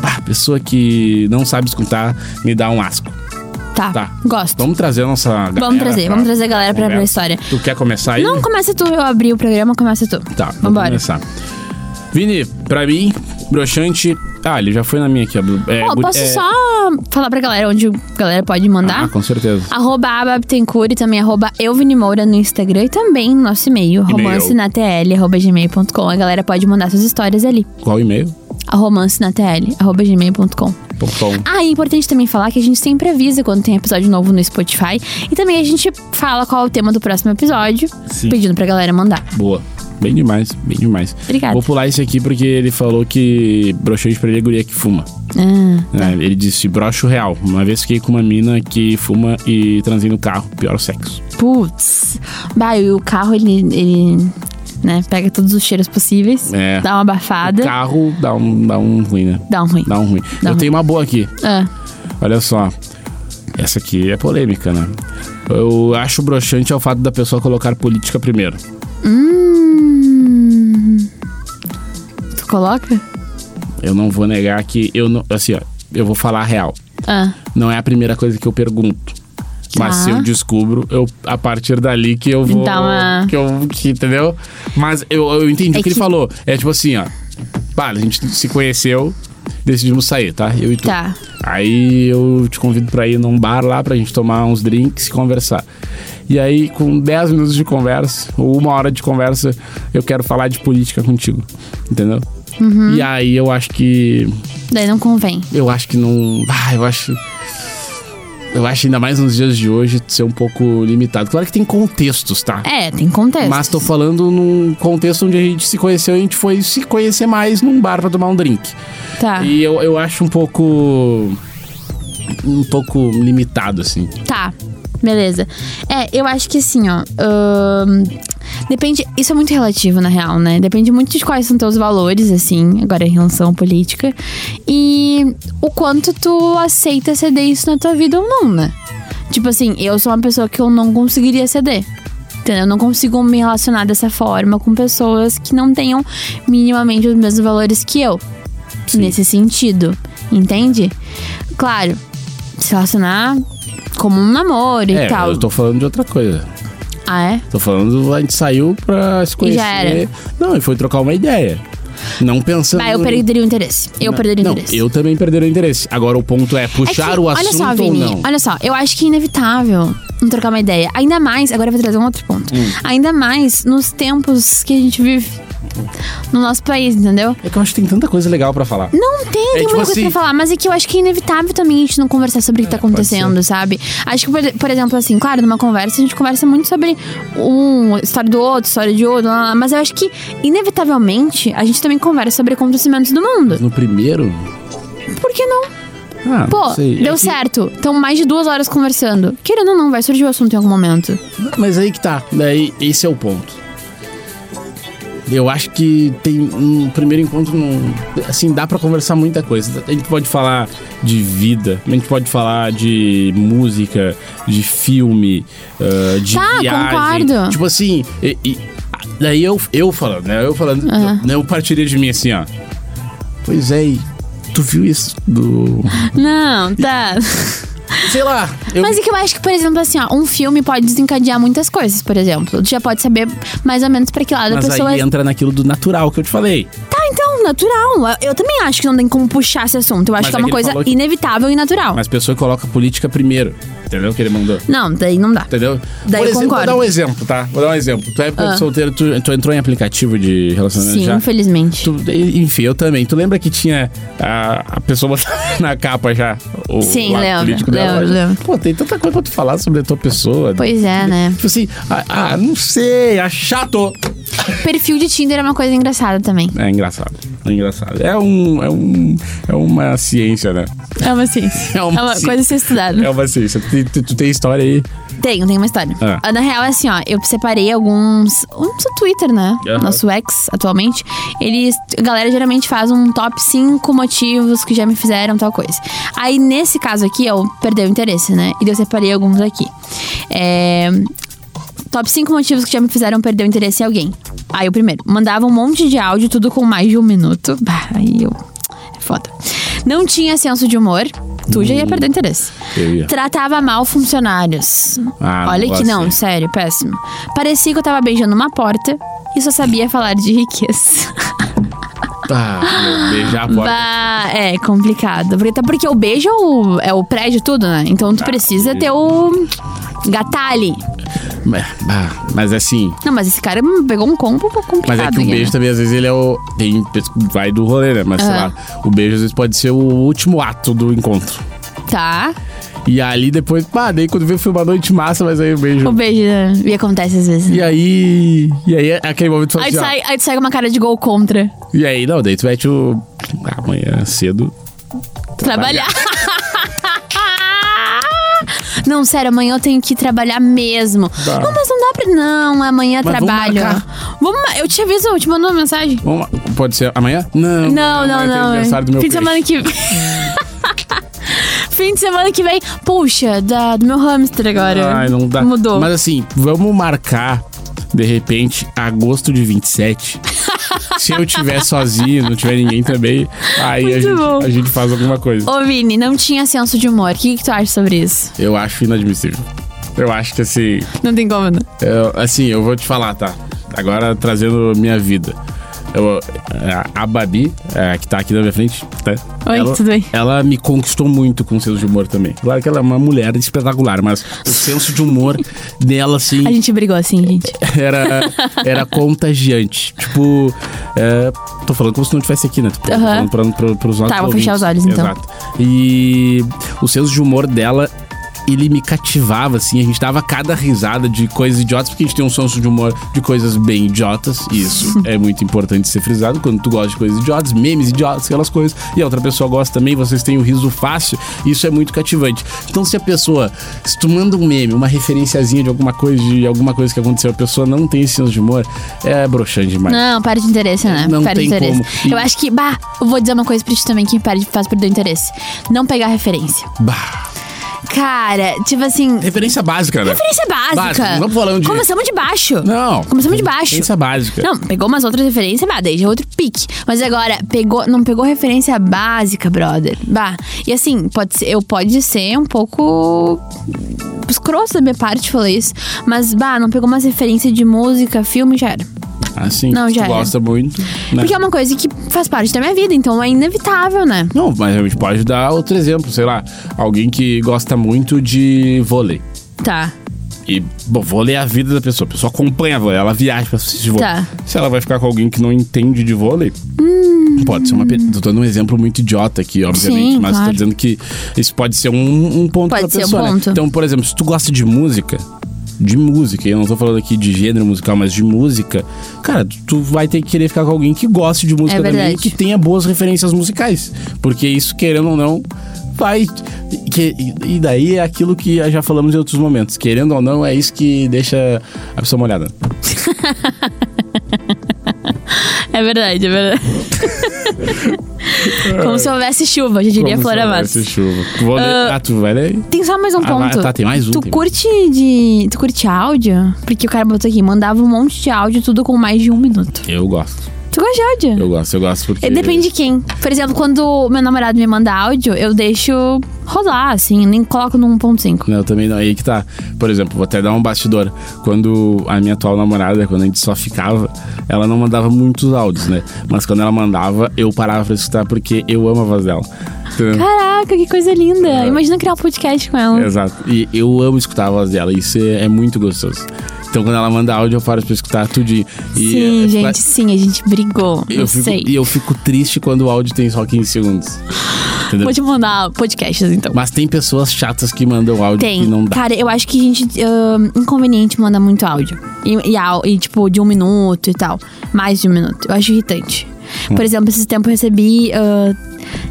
Speaker 3: ah, a pessoa que não sabe escutar me dá um asco.
Speaker 2: tá,
Speaker 3: Tá.
Speaker 2: gosto.
Speaker 3: Vamos trazer a nossa galera.
Speaker 2: Vamos trazer,
Speaker 3: pra-
Speaker 2: vamos trazer a galera pra, pra
Speaker 3: conversa.
Speaker 2: história.
Speaker 3: Tu quer começar aí?
Speaker 2: Não, começa tu, eu abri o programa, começa tu.
Speaker 3: Tá, vamos
Speaker 2: Vambora.
Speaker 3: começar. Vini, pra mim, broxante. Ah, ele já foi na minha aqui. ó. É,
Speaker 2: Ó,
Speaker 3: gu-
Speaker 2: posso
Speaker 3: é-
Speaker 2: só falar pra galera onde a galera pode mandar?
Speaker 3: Ah, com certeza.
Speaker 2: Arroba Aba Bittencourt e também arroba Euvini Moura no Instagram e também no nosso e-mail, romancenatl, arroba gmail.com. A galera pode mandar suas histórias ali,
Speaker 3: Qual e-mail?
Speaker 2: a romancenatl, arroba gmail.com.
Speaker 3: Pom, pom.
Speaker 2: Ah, e é importante também falar que a gente sempre avisa quando tem episódio novo no Spotify e também a gente fala qual é o tema do próximo episódio,
Speaker 3: Sim.
Speaker 2: pedindo pra galera mandar.
Speaker 3: Boa. Bem demais, bem demais.
Speaker 2: Obrigada.
Speaker 3: Vou pular esse aqui porque ele falou que broxante pra ele é guria que fuma.
Speaker 2: Ah,
Speaker 3: né? Ele disse broxo real. Uma vez fiquei com uma mina que fuma e transei no carro. Pior sexo.
Speaker 2: putz. Bah, e o carro, ele, ele né, pega todos os cheiros possíveis,
Speaker 3: É.
Speaker 2: dá uma abafada,
Speaker 3: Carro dá um, dá um ruim, né?
Speaker 2: dá um ruim.
Speaker 3: Dá um ruim.
Speaker 2: Dá
Speaker 3: Eu
Speaker 2: um
Speaker 3: tenho uma boa aqui.
Speaker 2: Ah,
Speaker 3: Olha só. Essa aqui é polêmica, né? Eu acho broxante é o fato da pessoa colocar política primeiro.
Speaker 2: hum... Tu coloca?
Speaker 3: Eu não vou negar que eu não. Assim, ó, eu vou falar a real.
Speaker 2: Ah,
Speaker 3: Não é a primeira coisa que eu pergunto. Mas
Speaker 2: Tá.
Speaker 3: se eu descubro, eu, a partir dali que eu vou.
Speaker 2: Dá uma-
Speaker 3: Que eu. que- entendeu? Mas eu, eu entendi
Speaker 2: Então, É
Speaker 3: o que ele
Speaker 2: que-
Speaker 3: falou. É tipo assim, ó. Pá, a gente se conheceu, decidimos sair, tá? Eu e tu.
Speaker 2: Tá.
Speaker 3: Aí eu te convido pra ir num bar lá pra gente tomar uns drinks e conversar. E aí, com 10 minutos de conversa, ou uma hora de conversa, eu quero falar de política contigo. Entendeu?
Speaker 2: Uhum.
Speaker 3: E aí eu acho que.
Speaker 2: daí não convém.
Speaker 3: Eu acho que não. Ah, eu acho. Eu acho ainda mais nos dias de hoje ser um pouco limitado. Claro que tem contextos, tá?
Speaker 2: É, tem contexto.
Speaker 3: Mas tô falando num contexto onde a gente se conheceu e a gente foi se conhecer mais num bar pra tomar um drink.
Speaker 2: Tá,
Speaker 3: E eu, eu acho um pouco. Um pouco limitado, assim.
Speaker 2: tá. Beleza. É, eu acho que assim, ó. ahn, depende. Isso é muito relativo, na real, né? Depende muito de quais são teus valores, assim, agora em relação à política. E o quanto tu aceita ceder isso na tua vida ou não, né? Tipo assim, eu sou uma pessoa que eu não conseguiria ceder. Entendeu? Eu não consigo me relacionar dessa forma com pessoas que não tenham minimamente os mesmos valores que eu. Nesse sentido. Entende? Claro, se relacionar como um namoro e
Speaker 3: é,
Speaker 2: tal.
Speaker 3: eu tô falando de outra coisa.
Speaker 2: Ah, é?
Speaker 3: Tô falando, a gente saiu pra se conhecer.
Speaker 2: já era.
Speaker 3: Não, e foi trocar uma ideia. Não pensando.
Speaker 2: Bah, eu perderia o interesse. Eu
Speaker 3: Não,
Speaker 2: perderia o
Speaker 3: não,
Speaker 2: interesse.
Speaker 3: Eu também perderia o interesse. Agora o ponto é
Speaker 2: É que,
Speaker 3: puxar o assunto
Speaker 2: Olha só,
Speaker 3: ou
Speaker 2: Vini,
Speaker 3: não.
Speaker 2: olha só, eu acho que é inevitável não trocar uma ideia. Ainda mais, agora eu vou trazer um outro ponto.
Speaker 3: Hum.
Speaker 2: Ainda mais nos tempos que a gente vive no nosso país, entendeu?
Speaker 3: É que eu acho que tem tanta coisa legal pra falar.
Speaker 2: Não tem, tem
Speaker 3: tipo
Speaker 2: muita coisa
Speaker 3: assim- É,
Speaker 2: pra falar, mas é que eu acho que é inevitável também a gente não conversar sobre o que tá acontecendo, sabe? Acho que, por, por exemplo, assim, claro, numa conversa a gente conversa muito sobre um, história do outro, história de outro, lá, lá, lá, mas eu acho que, inevitavelmente, a gente também conversa sobre acontecimentos do mundo.
Speaker 3: No primeiro.
Speaker 2: Por que não?
Speaker 3: Ah,
Speaker 2: Pô,
Speaker 3: não sei. É
Speaker 2: deu
Speaker 3: que-
Speaker 2: certo. Então, mais de duas horas conversando. Querendo ou não, vai surgir o assunto em algum momento.
Speaker 3: Mas aí que tá. Daí, esse é o ponto. Eu acho que tem um primeiro encontro. num- assim, dá pra conversar muita coisa. A gente pode falar de vida, a gente pode falar de música, de filme, ah, de
Speaker 2: Tá,
Speaker 3: viagem.
Speaker 2: concordo.
Speaker 3: Tipo assim, e- e- daí eu, eu falando, né? Eu falando,
Speaker 2: Aham.
Speaker 3: eu, eu partiria de mim assim, ó. Pois é, e tu viu isso do.
Speaker 2: Não, tá.
Speaker 3: sei lá. Eu,
Speaker 2: Mas é que eu acho que, por exemplo, assim, ó, um filme pode desencadear muitas coisas, por exemplo. Tu já pode saber mais ou menos pra que lado
Speaker 3: mas
Speaker 2: a pessoa. é-
Speaker 3: aí é entra naquilo do natural que eu te falei.
Speaker 2: Tá, então, natural. Eu também acho que não tem como puxar esse assunto. Eu acho
Speaker 3: Mas
Speaker 2: que é
Speaker 3: é
Speaker 2: uma
Speaker 3: que ele
Speaker 2: coisa
Speaker 3: falou que-
Speaker 2: inevitável e natural.
Speaker 3: Mas a pessoa coloca a política primeiro. Entendeu o que ele mandou?
Speaker 2: Não, daí não dá.
Speaker 3: Entendeu?
Speaker 2: Daí
Speaker 3: Por
Speaker 2: eu
Speaker 3: exemplo,
Speaker 2: concordo. Ah.
Speaker 3: vou dar um exemplo, tá? Vou dar um exemplo. Tu é solteiro, tu, tu entrou em aplicativo de relacionamento
Speaker 2: Sim,
Speaker 3: já?
Speaker 2: infelizmente.
Speaker 3: Tu- enfim, eu também. Tu lembra que tinha a, a pessoa botava na capa já? O,
Speaker 2: Sim,
Speaker 3: lado
Speaker 2: lembro,
Speaker 3: político dela?
Speaker 2: lembro, lembro.
Speaker 3: Pô, tem tanta coisa pra tu falar sobre a tua pessoa.
Speaker 2: Pois é, né?
Speaker 3: Tipo assim, ah, ah, não sei, é chato.
Speaker 2: Perfil de Tinder é uma coisa engraçada também.
Speaker 3: É engraçado, é engraçado. É um, é um, é uma ciência, né?
Speaker 2: É uma ciência.
Speaker 3: É uma ciência.
Speaker 2: coisa a ser estudada.
Speaker 3: É uma ciência. Tu, tu- tu tem história aí?
Speaker 2: Tenho, tenho uma história.
Speaker 3: Ah.
Speaker 2: Ah, Na real, é assim, ó, eu separei alguns. O nosso Twitter, né?
Speaker 3: Aham.
Speaker 2: Nosso ex, atualmente. Eles. A galera geralmente faz um top 5 motivos que já me fizeram tal coisa. Aí, nesse caso aqui, eu perdi o interesse, né? E daí eu separei alguns aqui. É. Top 5 motivos que já me fizeram perder o interesse em alguém. Aí o primeiro, mandava um monte de áudio, tudo com mais de um minuto. Bah, aí eu. É foda. Não tinha senso de humor, tu já ia perder o interesse.
Speaker 3: Eu ia.
Speaker 2: Tratava mal funcionários.
Speaker 3: Ah, não
Speaker 2: Olha que
Speaker 3: gosto
Speaker 2: não,
Speaker 3: disso.
Speaker 2: sério, péssimo. Parecia que eu tava beijando uma porta e só sabia falar de riqueza.
Speaker 3: Tá, meu, beijar a porta.
Speaker 2: Bah, é complicado. Porque, até porque o beijo é o, é o prédio tudo, né? Então
Speaker 3: Ah,
Speaker 2: tu precisa ter o gatalhe.
Speaker 3: Mas, bah, mas assim,
Speaker 2: Não, mas esse cara pegou um combo complicado.
Speaker 3: Mas é que o
Speaker 2: aqui,
Speaker 3: beijo
Speaker 2: né?
Speaker 3: também, às vezes, ele é o. Tem, vai do rolê, né? Mas sei
Speaker 2: Ah.
Speaker 3: lá. O beijo, às vezes, pode ser o último ato do encontro.
Speaker 2: Tá.
Speaker 3: E ali depois, pá, daí quando vê foi uma noite massa, mas aí o beijo.
Speaker 2: O beijo né? e acontece às vezes. né?
Speaker 3: E aí. E aí é aquele momento que tu fala
Speaker 2: Aí
Speaker 3: assim,
Speaker 2: tu,
Speaker 3: ó,
Speaker 2: sai, aí tu sai com uma cara de gol contra.
Speaker 3: E aí, não, daí tu mete o. ah, Amanhã cedo.
Speaker 2: Trabalhar. Não, sério, amanhã eu tenho que trabalhar mesmo.
Speaker 3: Tá.
Speaker 2: Não, mas não dá pra. Não, amanhã
Speaker 3: Mas vamos
Speaker 2: trabalho. Vamos ma- eu te aviso, eu te mando uma mensagem.
Speaker 3: Vamos lá. Pode ser amanhã? Não.
Speaker 2: Não, não,
Speaker 3: amanhã tem
Speaker 2: não. é.
Speaker 3: aniversário do meu
Speaker 2: Fim de
Speaker 3: peixe.
Speaker 2: semana que Fim de semana que vem. Puxa, da, do meu hamster agora.
Speaker 3: Ai, não dá.
Speaker 2: Mudou.
Speaker 3: Mas assim, vamos marcar, de repente, agosto de 27. Se eu tiver sozinho, não tiver ninguém também, aí a
Speaker 2: Muito bom.
Speaker 3: gente, a gente faz alguma coisa.
Speaker 2: Ô, Vini, não tinha senso de humor. O que, que tu acha sobre isso?
Speaker 3: Eu acho inadmissível. Eu acho que assim.
Speaker 2: Não tem como, né?
Speaker 3: eu- assim, eu vou te falar, tá? Agora trazendo minha vida. Eu, a, a Babi, é, que tá aqui na minha frente, tá?
Speaker 2: Oi,
Speaker 3: ela,
Speaker 2: tudo bem?
Speaker 3: Ela me conquistou muito com o senso de humor também. Claro que ela é uma mulher espetacular, mas o senso de humor dela, assim.
Speaker 2: A gente brigou assim, gente.
Speaker 3: era, era contagiante. Tipo, é, tô falando como se não tivesse aqui, né? Tô
Speaker 2: Aham.
Speaker 3: falando pra, pra, pros nossos
Speaker 2: Tá, vou fechar
Speaker 3: ouvintes.
Speaker 2: os olhos, então.
Speaker 3: Exato. E o senso de humor dela. Ele me cativava, assim, a gente dava cada risada de coisas idiotas, porque a gente tem um senso de humor de coisas bem idiotas, e isso é muito importante ser frisado, quando tu gosta de coisas idiotas, memes idiotas, aquelas coisas, e a outra pessoa gosta também, vocês têm o riso fácil, isso é muito cativante. Então, se a pessoa, se tu manda um meme, uma referenciazinha de alguma coisa, de alguma coisa que aconteceu, a pessoa não tem esse senso de humor, é broxante demais.
Speaker 2: Não, para de interesse, né?
Speaker 3: Não
Speaker 2: perde
Speaker 3: tem
Speaker 2: de interesse.
Speaker 3: como. E-
Speaker 2: Eu acho que, bah, eu vou dizer uma coisa pra ti também que para de faz perder o interesse. Não pegar referência.
Speaker 3: Bah.
Speaker 2: Cara, tipo assim,
Speaker 3: Referência básica, né?
Speaker 2: referência básica.
Speaker 3: Básica, não vamos falando de-
Speaker 2: Começamos de baixo.
Speaker 3: Não.
Speaker 2: Começamos de baixo.
Speaker 3: Referência básica.
Speaker 2: Não, pegou umas outras referências, bah, daí já é outro pique. Mas agora, pegou, não pegou referência básica, brother. Bah. E assim, pode ser, eu pode ser um pouco escroto da minha parte falar isso. Mas, bah, não pegou umas referências de música, filme, já era.
Speaker 3: Assim,
Speaker 2: Não,
Speaker 3: tu
Speaker 2: já era.
Speaker 3: gosta muito. né?
Speaker 2: Porque é uma coisa que faz parte da minha vida, então é inevitável, né?
Speaker 3: Não, mas a gente pode dar outro exemplo, sei lá, alguém que gosta muito de vôlei.
Speaker 2: Tá.
Speaker 3: E, bom, vôlei é a vida da pessoa. A pessoa acompanha vôlei, ela viaja pra assistir vôlei.
Speaker 2: Tá.
Speaker 3: Se ela vai ficar com alguém que não entende de vôlei, pode ser uma... pe- Tô dando um exemplo muito idiota aqui, obviamente.
Speaker 2: Hum. Sim,
Speaker 3: mas
Speaker 2: claro.
Speaker 3: tô dizendo que isso pode ser um, um ponto
Speaker 2: Pode
Speaker 3: pra
Speaker 2: ser um
Speaker 3: pessoa, né?
Speaker 2: ponto.
Speaker 3: Então, por exemplo, se tu gosta de música... De música, e eu não tô falando aqui de gênero musical, mas de música. Cara, tu vai ter que querer ficar com alguém que goste de música também
Speaker 2: É verdade.
Speaker 3: e que tenha boas referências musicais. Porque isso, querendo ou não, vai. que- e daí é aquilo que já falamos em outros momentos. Querendo ou não, é isso que deixa a pessoa molhada.
Speaker 2: É verdade, é verdade. Como se houvesse chuva, já diria
Speaker 3: Como
Speaker 2: é Flora
Speaker 3: se
Speaker 2: Matos.
Speaker 3: houvesse chuva. Vou ler- Ah, tu vai ler?
Speaker 2: Tem só mais um
Speaker 3: Ah, vai-
Speaker 2: ponto.
Speaker 3: tá, tem mais um,
Speaker 2: Tu
Speaker 3: tem mais.
Speaker 2: curte de. Tu curte áudio? Porque o cara botou aqui, mandava um monte de áudio, tudo com mais de um minuto.
Speaker 3: Eu gosto.
Speaker 2: Tu Tu gosta de áudio?
Speaker 3: Eu gosto, eu gosto porque.
Speaker 2: É, Depende de quem. Por exemplo, quando meu namorado me manda áudio, eu deixo rodar, assim, nem coloco no 1.5.
Speaker 3: Não, eu também não. Aí que tá. Por exemplo, vou até dar um bastidor. Quando a minha atual namorada, quando a gente só ficava, ela não mandava muitos áudios, né? Mas quando ela mandava, eu parava pra escutar porque eu amo a voz dela. Entendeu?
Speaker 2: Caraca, que coisa linda. Imagina criar um podcast com ela.
Speaker 3: Exato. E eu amo escutar a voz dela. Isso é, é muito gostoso. Então quando ela manda áudio, eu paro pra escutar tudinho. E,
Speaker 2: sim,
Speaker 3: é,
Speaker 2: gente, sim, a gente brigou. Eu,
Speaker 3: Eu fico,
Speaker 2: sei.
Speaker 3: e eu fico triste quando o áudio tem só 15 segundos. Entendeu?
Speaker 2: Vou te mandar podcasts, então.
Speaker 3: Mas tem pessoas chatas que mandam áudio
Speaker 2: Tem.
Speaker 3: que não dá.
Speaker 2: Cara, eu acho que a gente. ahn, inconveniente manda muito áudio. E, e au- e, tipo, de um minuto e tal. Mais de um minuto. Eu acho irritante. Por exemplo, esse tempo eu recebi ah,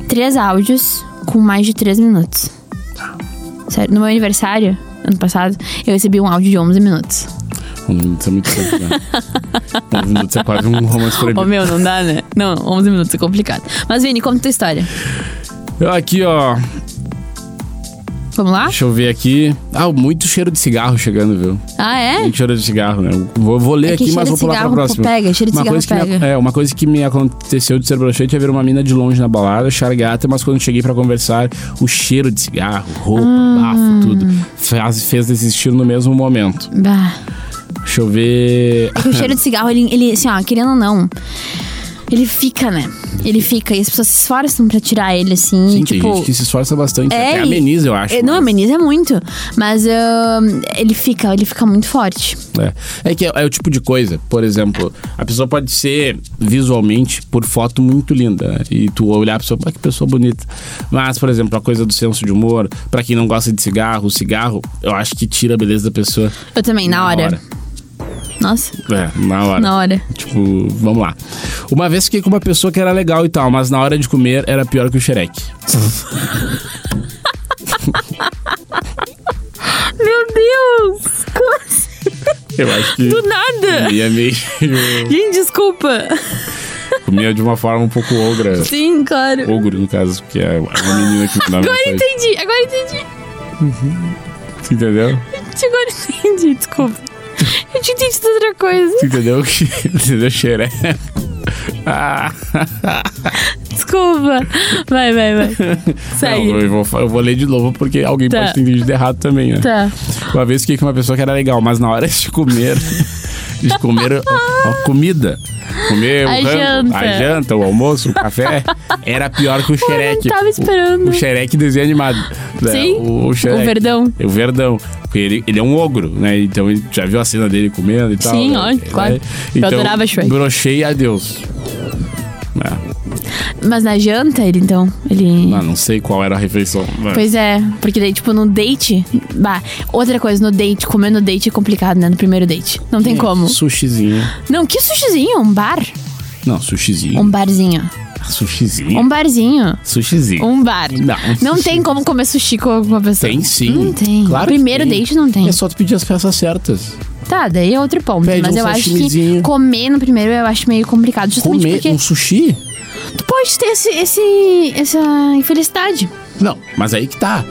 Speaker 2: três áudios com mais de três minutos. Sério, no meu aniversário, ano passado, eu recebi um áudio de 11 minutos.
Speaker 3: Um minuto é muito tempo, né? um minuto é quase um romance
Speaker 2: Ô,
Speaker 3: proibido.
Speaker 2: meu, não dá, né? Não, 11 minutos é complicado. Mas, Vini, conta tua história.
Speaker 3: Eu Aqui, ó.
Speaker 2: Vamos lá?
Speaker 3: Deixa eu ver aqui. Ah, muito cheiro de cigarro chegando, viu?
Speaker 2: Ah, é?
Speaker 3: Muito cheiro de cigarro, né? Vou, vou ler
Speaker 2: É que
Speaker 3: aqui,
Speaker 2: cheiro
Speaker 3: mas vou
Speaker 2: de
Speaker 3: pular pra
Speaker 2: cigarro
Speaker 3: próxima.
Speaker 2: pega, cheiro de
Speaker 3: uma
Speaker 2: cigarro
Speaker 3: coisa que me-
Speaker 2: pega.
Speaker 3: é, uma coisa que me aconteceu de ser broxante é ver uma mina de longe na balada, achar gata, mas quando cheguei pra conversar, o cheiro de cigarro, roupa,
Speaker 2: Ah.
Speaker 3: bafo, tudo, faz, fez desistir no mesmo momento.
Speaker 2: Bah.
Speaker 3: Deixa eu ver. Ah,
Speaker 2: Porque o um cheiro de cigarro, ele, ele, assim, ó, querendo ou não, ele fica, né? Ele fica. E as pessoas se esforçam pra tirar ele, assim.
Speaker 3: Sim,
Speaker 2: e,
Speaker 3: tem
Speaker 2: tipo. é,
Speaker 3: gente que se esforça bastante. até
Speaker 2: e-
Speaker 3: ameniza, eu acho.
Speaker 2: É, Não, ameniza muito. Mas ahn, ele fica, ele fica muito forte.
Speaker 3: É, é que é, é o tipo de coisa, por exemplo, a pessoa pode ser visualmente, por foto, muito linda. né? E tu olhar a pessoa, pá, que pessoa bonita. Mas, por exemplo, a coisa do senso de humor, pra quem não gosta de cigarro, o cigarro, eu acho que tira a beleza da pessoa.
Speaker 2: Eu também, na,
Speaker 3: Na
Speaker 2: hora.
Speaker 3: hora.
Speaker 2: Nossa,
Speaker 3: É, na hora.
Speaker 2: na hora.
Speaker 3: Tipo, vamos lá. Uma vez fiquei com uma pessoa que era legal e tal, mas na hora de comer era pior que o xereque.
Speaker 2: Meu Deus! Como assim?
Speaker 3: Eu acho que.
Speaker 2: nada!
Speaker 3: Comia meio.
Speaker 2: Gente, desculpa.
Speaker 3: comia de uma forma um pouco ogra.
Speaker 2: Sim, claro.
Speaker 3: Ogro, no caso, porque é uma menina que não
Speaker 2: Agora entendi, agora entendi.
Speaker 3: Entendeu?
Speaker 2: Agora entendi, desculpa. Eu tinha entendido outra coisa.
Speaker 3: Tu entendeu que. Entendeu, xeré? Ah,
Speaker 2: Tá Desculpa. Vai, vai, vai. Segue.
Speaker 3: não, eu, vou, fa- eu vou ler de novo porque alguém
Speaker 2: Tá.
Speaker 3: pode ter entendido errado também, né?
Speaker 2: Tá.
Speaker 3: Uma vez fiquei com uma pessoa que era legal, mas na hora de comer. De comer a, a comida. Comer o
Speaker 2: A
Speaker 3: rango,
Speaker 2: janta.
Speaker 3: a janta, o almoço, o café. Era pior que o xereque.
Speaker 2: tava
Speaker 3: O-
Speaker 2: esperando.
Speaker 3: O, xereque desenho animado. né?
Speaker 2: Sim,
Speaker 3: O, xereque.
Speaker 2: o verdão.
Speaker 3: O verdão. Porque ele, ele é um ogro, né? Então ele já viu a cena dele comendo e tal.
Speaker 2: Sim,
Speaker 3: né?
Speaker 2: ó,
Speaker 3: É,
Speaker 2: claro. Eu
Speaker 3: Então,
Speaker 2: adorava Shrek.
Speaker 3: Brochei adeus. É.
Speaker 2: Mas na janta, ele então, ele.
Speaker 3: Ah, não sei qual era a refeição. mas-
Speaker 2: Pois é, porque daí, tipo, no date. Bah, outra coisa, no date, comer no date é complicado, né? No primeiro date. Não tem como.
Speaker 3: Sushizinho.
Speaker 2: Não, que sushizinho? Um bar?
Speaker 3: Não, sushizinho.
Speaker 2: Um barzinho.
Speaker 3: Sushizinho.
Speaker 2: Um barzinho.
Speaker 3: Sushizinho.
Speaker 2: Um bar.
Speaker 3: Não.
Speaker 2: Não tem como comer sushi com uma pessoa.
Speaker 3: Tem sim.
Speaker 2: Não tem.
Speaker 3: Claro que
Speaker 2: Primeiro
Speaker 3: tem.
Speaker 2: date não tem.
Speaker 3: É só tu pedir as peças certas.
Speaker 2: Tá, daí é outro ponto.
Speaker 3: Pede
Speaker 2: Mas
Speaker 3: um
Speaker 2: eu acho que
Speaker 3: sashimizinho.
Speaker 2: comer no primeiro eu acho meio complicado. Justamente
Speaker 3: Comer
Speaker 2: porque
Speaker 3: um sushi?
Speaker 2: tu pode ter esse, esse, essa infelicidade.
Speaker 3: Não, mas aí que tá.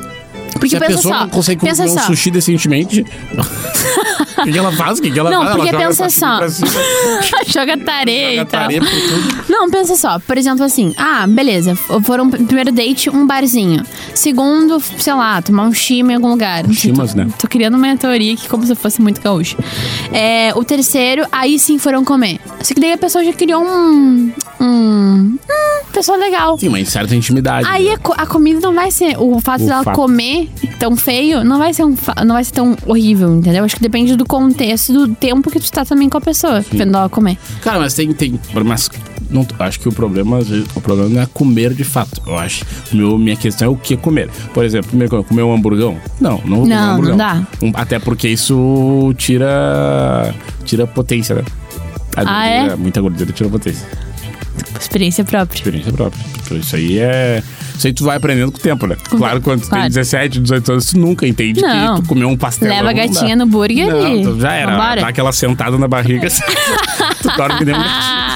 Speaker 2: Porque
Speaker 3: Se a
Speaker 2: pensa
Speaker 3: pessoa
Speaker 2: só,
Speaker 3: não consegue comer
Speaker 2: pensa
Speaker 3: um
Speaker 2: só.
Speaker 3: sushi decentemente. O que que ela faz? O que que ela
Speaker 2: Não,
Speaker 3: faz?
Speaker 2: porque
Speaker 3: ela joga
Speaker 2: pensa
Speaker 3: sashimi
Speaker 2: só.
Speaker 3: pra cima,
Speaker 2: Joga tareia e
Speaker 3: joga
Speaker 2: tal.
Speaker 3: tarefa e tudo.
Speaker 2: Não, pensa só. Por exemplo, assim, ah, beleza. Foram primeiro date, um barzinho. Segundo, sei lá, tomar um chima em algum lugar. Não sei,
Speaker 3: chimas,
Speaker 2: tô,
Speaker 3: né?
Speaker 2: Tô criando uma teoria que como se eu fosse muito gaúcho. É, o terceiro, aí sim foram comer. Só que daí a pessoa já criou um. Um. Hum, pessoa legal.
Speaker 3: Sim, mas certa intimidade. né?
Speaker 2: Aí a, co- a comida não vai ser. O fato
Speaker 3: O
Speaker 2: dela
Speaker 3: fato.
Speaker 2: comer tão feio não vai, ser um fa- não vai ser tão horrível, entendeu? Acho que depende do contexto, do tempo que tu tá também com a pessoa, vendo ela comer.
Speaker 3: Cara, mas tem. tem mas não, acho que o problema, às vezes, o problema não é comer de fato. Eu acho. Meu, minha questão é o que comer. Por exemplo, primeiro, comer um hamburgão? Não, não vou comer um
Speaker 2: Não, não
Speaker 3: hamburgão.
Speaker 2: dá.
Speaker 3: Um- até porque isso tira. tira potência, né? A
Speaker 2: Ah,
Speaker 3: gordura-
Speaker 2: é?
Speaker 3: Muita gordura tira potência.
Speaker 2: Experiência própria.
Speaker 3: Experiência própria. Tipo, Isso aí é. Isso aí tu vai aprendendo com o tempo, né? Claro, quando tu
Speaker 2: claro.
Speaker 3: tem 17, 18 anos, tu nunca entende
Speaker 2: Não.
Speaker 3: que tu comeu um pastel.
Speaker 2: Leva a
Speaker 3: não dá.
Speaker 2: gatinha no burger
Speaker 3: Não,
Speaker 2: e-
Speaker 3: tu já era.
Speaker 2: Vambora.
Speaker 3: Dá aquela sentada na barriga. tu dorme que nem um gatinho.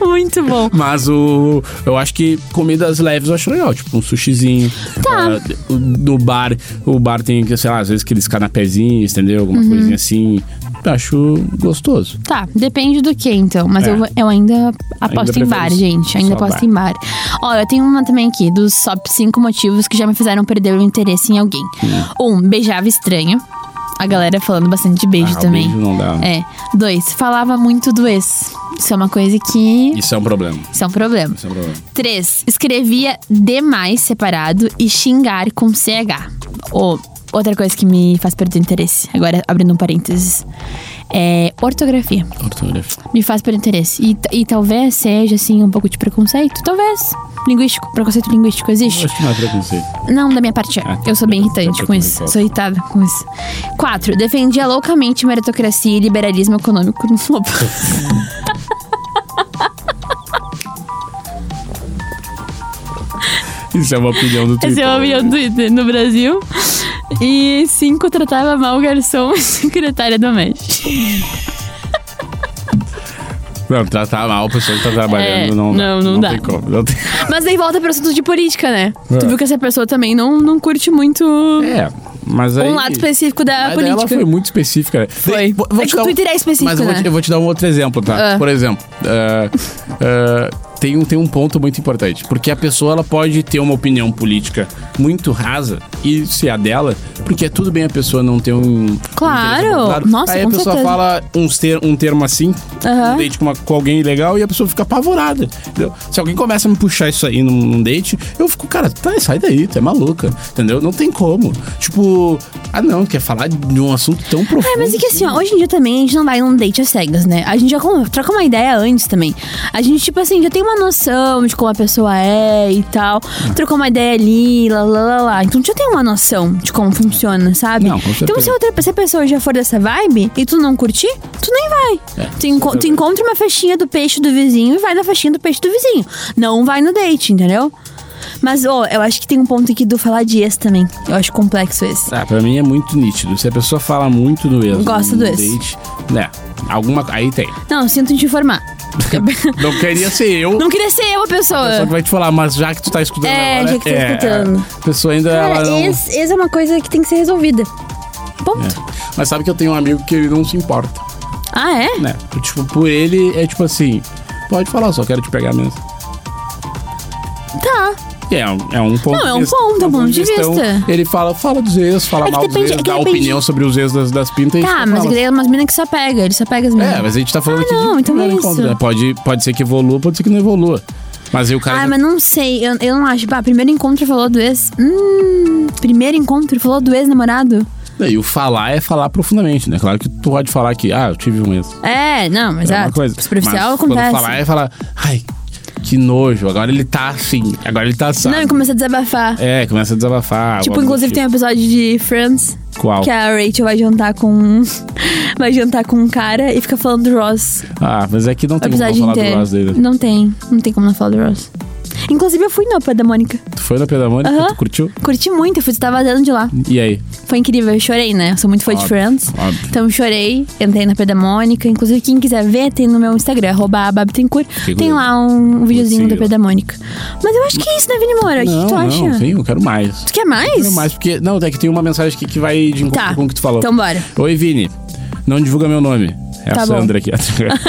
Speaker 2: Muito Muito bom.
Speaker 3: Mas o. Eu acho que comidas leves eu acho legal, tipo um sushizinho.
Speaker 2: Tá.
Speaker 3: ah, no bar, o bar tem, sei lá, às vezes aqueles canapézinhos, entendeu? Alguma
Speaker 2: Uhum.
Speaker 3: coisinha assim. Eu acho gostoso.
Speaker 2: Tá, depende do que então. Mas
Speaker 3: É.
Speaker 2: eu, eu ainda aposto em
Speaker 3: prefiro
Speaker 2: bar, gente. Ainda
Speaker 3: só
Speaker 2: aposto
Speaker 3: bar.
Speaker 2: em bar. Olha, tem uma também aqui, dos top 5 motivos que já me fizeram perder o interesse em alguém.
Speaker 3: Hum.
Speaker 2: Um, beijava estranho. A galera falando bastante de beijo
Speaker 3: Ah, o
Speaker 2: também.
Speaker 3: beijo não dá.
Speaker 2: É. Dois, falava muito do ex. Isso é uma coisa que.
Speaker 3: Isso é um problema.
Speaker 2: Isso é um problema.
Speaker 3: Isso é um problema.
Speaker 2: Três, escrevia demais separado e xingar com CH. Ou outra coisa que me faz perder o interesse. Agora, abrindo um parênteses. É ortografia
Speaker 3: Ortografia.
Speaker 2: me faz perder interesse. E, t- e talvez seja, assim, um pouco de preconceito. Talvez. Linguístico. Preconceito linguístico existe?
Speaker 3: Acho que não é preconceito.
Speaker 2: Não, da minha parte é.
Speaker 3: Ah,
Speaker 2: Eu sou bem
Speaker 3: eu-
Speaker 2: irritante
Speaker 3: eu
Speaker 2: com isso.
Speaker 3: também
Speaker 2: Sou irritada com isso. Quatro. Defendia loucamente meritocracia e liberalismo econômico no Globo.
Speaker 3: Isso é uma opinião do Twitter.
Speaker 2: Essa é uma opinião do Twitter no Brasil. E cinco. Tratava mal o garçom e secretária doméstica.
Speaker 3: Não, tratar mal a pessoa que tá trabalhando
Speaker 2: É,
Speaker 3: não,
Speaker 2: não, não dá.
Speaker 3: Tem como, não tem-
Speaker 2: Mas aí volta pro assunto de política, né?
Speaker 3: É.
Speaker 2: Tu viu que essa pessoa também não, não curte muito
Speaker 3: É, mas aí...
Speaker 2: um lado específico da
Speaker 3: Mas daí
Speaker 2: política.
Speaker 3: ela foi muito específica. né?
Speaker 2: Foi.
Speaker 3: Vou- vou
Speaker 2: É
Speaker 3: te
Speaker 2: que o
Speaker 3: dar um-
Speaker 2: Twitter é específico,
Speaker 3: Mas eu vou,
Speaker 2: né?
Speaker 3: te, eu vou te dar um outro exemplo, tá?
Speaker 2: Ah.
Speaker 3: Por exemplo, ah, ah, tem, um, tem um ponto muito importante. Porque a pessoa ela pode ter uma opinião política muito rasa e se a dela, porque é tudo bem a pessoa não ter um. um
Speaker 2: Claro.
Speaker 3: interesse voltado.
Speaker 2: Nossa,
Speaker 3: Aí a
Speaker 2: com
Speaker 3: pessoa
Speaker 2: certeza.
Speaker 3: fala uns ter, um termo assim,
Speaker 2: Aham.
Speaker 3: um date com, uma- com alguém legal e a pessoa fica apavorada. Entendeu? Se alguém começa a me puxar isso aí num, num date, eu fico, cara, tá, sai daí, tu é maluca. Entendeu? Não tem como. Tipo, ah não, quer falar de um assunto tão profundo.
Speaker 2: É, mas é que assim, ó, hoje em dia também a gente não vai num date às cegas, né? A gente já con- troca uma ideia antes também. A gente, tipo assim, já tem uma noção de como a pessoa é e tal. Trocou uma ideia ali, lá, lá, lá, lá. Então tu já tem uma noção de como funciona, sabe?
Speaker 3: Não, com certeza.
Speaker 2: então se a, outra, se a pessoa já for dessa vibe e tu não curtir, tu nem vai.
Speaker 3: É,
Speaker 2: tu, enco- tu encontra uma festinha do peixe do vizinho e vai na festinha do peixe do vizinho. Não vai no date, entendeu? Mas, ó, eu acho que tem um ponto aqui do falar de ex também. Eu acho complexo esse.
Speaker 3: Ah, pra mim é muito nítido. Se a pessoa fala muito do ex.
Speaker 2: Gosta
Speaker 3: no
Speaker 2: do ex.
Speaker 3: Date, né? Alguma. Aí tem.
Speaker 2: Não, sinto em te informar.
Speaker 3: Não queria ser eu.
Speaker 2: Não queria ser eu a
Speaker 3: a
Speaker 2: pessoa.
Speaker 3: pessoa que vai te falar, mas já que tu tá escutando
Speaker 2: É,
Speaker 3: agora,
Speaker 2: já que tá escutando.
Speaker 3: A pessoa ainda ela
Speaker 2: Cara,
Speaker 3: não... É.
Speaker 2: ex, ex é uma coisa que tem que ser resolvida. Ponto.
Speaker 3: Mas sabe que eu tenho um amigo que ele não se importa,
Speaker 2: Ah, é?
Speaker 3: né? Tipo, por ele é tipo assim, pode falar, só quero te pegar mesmo.
Speaker 2: Tá.
Speaker 3: E É, um- é um ponto
Speaker 2: Não, é um
Speaker 3: de vista-
Speaker 2: ponto, é um ponto de
Speaker 3: Então,
Speaker 2: vista.
Speaker 3: Ele fala, fala dos ex, fala
Speaker 2: É que
Speaker 3: mal dos
Speaker 2: depende-
Speaker 3: ex,
Speaker 2: é que
Speaker 3: dá
Speaker 2: depende-
Speaker 3: opinião sobre os ex das, das pintas e
Speaker 2: Tá,
Speaker 3: fala, assim.
Speaker 2: mas tem umas minas que só pega, ele só pega as minas.
Speaker 3: É, mas a gente tá falando
Speaker 2: Ah,
Speaker 3: aqui
Speaker 2: não, então
Speaker 3: de
Speaker 2: é
Speaker 3: primeiro
Speaker 2: isso.
Speaker 3: encontro, né? Pode, pode ser que evolua, pode ser que não evolua. Mas aí o cara...
Speaker 2: Ah, mas não sei, eu, eu não acho. Pá, primeiro encontro falou do ex. Hum, primeiro encontro falou do ex-namorado?
Speaker 3: E o falar é falar profundamente, né? Claro que tu pode falar que, ah, eu tive um ex.
Speaker 2: É, não, mas
Speaker 3: É
Speaker 2: ah,
Speaker 3: uma coisa.
Speaker 2: superficial
Speaker 3: Mas
Speaker 2: acontece.
Speaker 3: Quando falar é falar, ai, que nojo. Agora ele tá assim, agora ele tá assim.
Speaker 2: Não, e começa a desabafar.
Speaker 3: É, começa a desabafar.
Speaker 2: Tipo, inclusive tem um episódio de Friends.
Speaker 3: Qual?
Speaker 2: Que é a Rachel vai jantar com. um, vai jantar com um cara e fica falando do Ross.
Speaker 3: Ah, mas é que não
Speaker 2: O
Speaker 3: tem como
Speaker 2: episódio
Speaker 3: falar
Speaker 2: inteiro.
Speaker 3: do Ross dele.
Speaker 2: Não tem. Não tem como não falar do Ross. Inclusive, eu fui no Opa da Mônica.
Speaker 3: Tu foi na Pedamônica?
Speaker 2: Aham.
Speaker 3: Tu curtiu?
Speaker 2: Curti muito, eu fui, tava dando de lá.
Speaker 3: E aí?
Speaker 2: Foi incrível, eu chorei, né? Eu sou muito fã de
Speaker 3: Óbvio,
Speaker 2: Friends.
Speaker 3: óbvio.
Speaker 2: Então eu chorei, entrei na Pedra Mônica. Inclusive, quem quiser ver, tem no meu Instagram, arroba ababtencourt. Tem
Speaker 3: curioso.
Speaker 2: lá um, um videozinho da
Speaker 3: siga lá.
Speaker 2: Pedra Mônica. Mas eu acho que é isso, né, Vini Moura? O que, que
Speaker 3: não,
Speaker 2: tu acha?
Speaker 3: não, sim, eu quero mais.
Speaker 2: Tu quer mais?
Speaker 3: Quero mais, porque. Não, é que tem uma mensagem aqui que vai de encontro
Speaker 2: Tá.
Speaker 3: com o que tu falou.
Speaker 2: Então bora.
Speaker 3: Oi, Vini. Não divulga meu nome. É
Speaker 2: Tá
Speaker 3: a
Speaker 2: bom.
Speaker 3: Sandra aqui.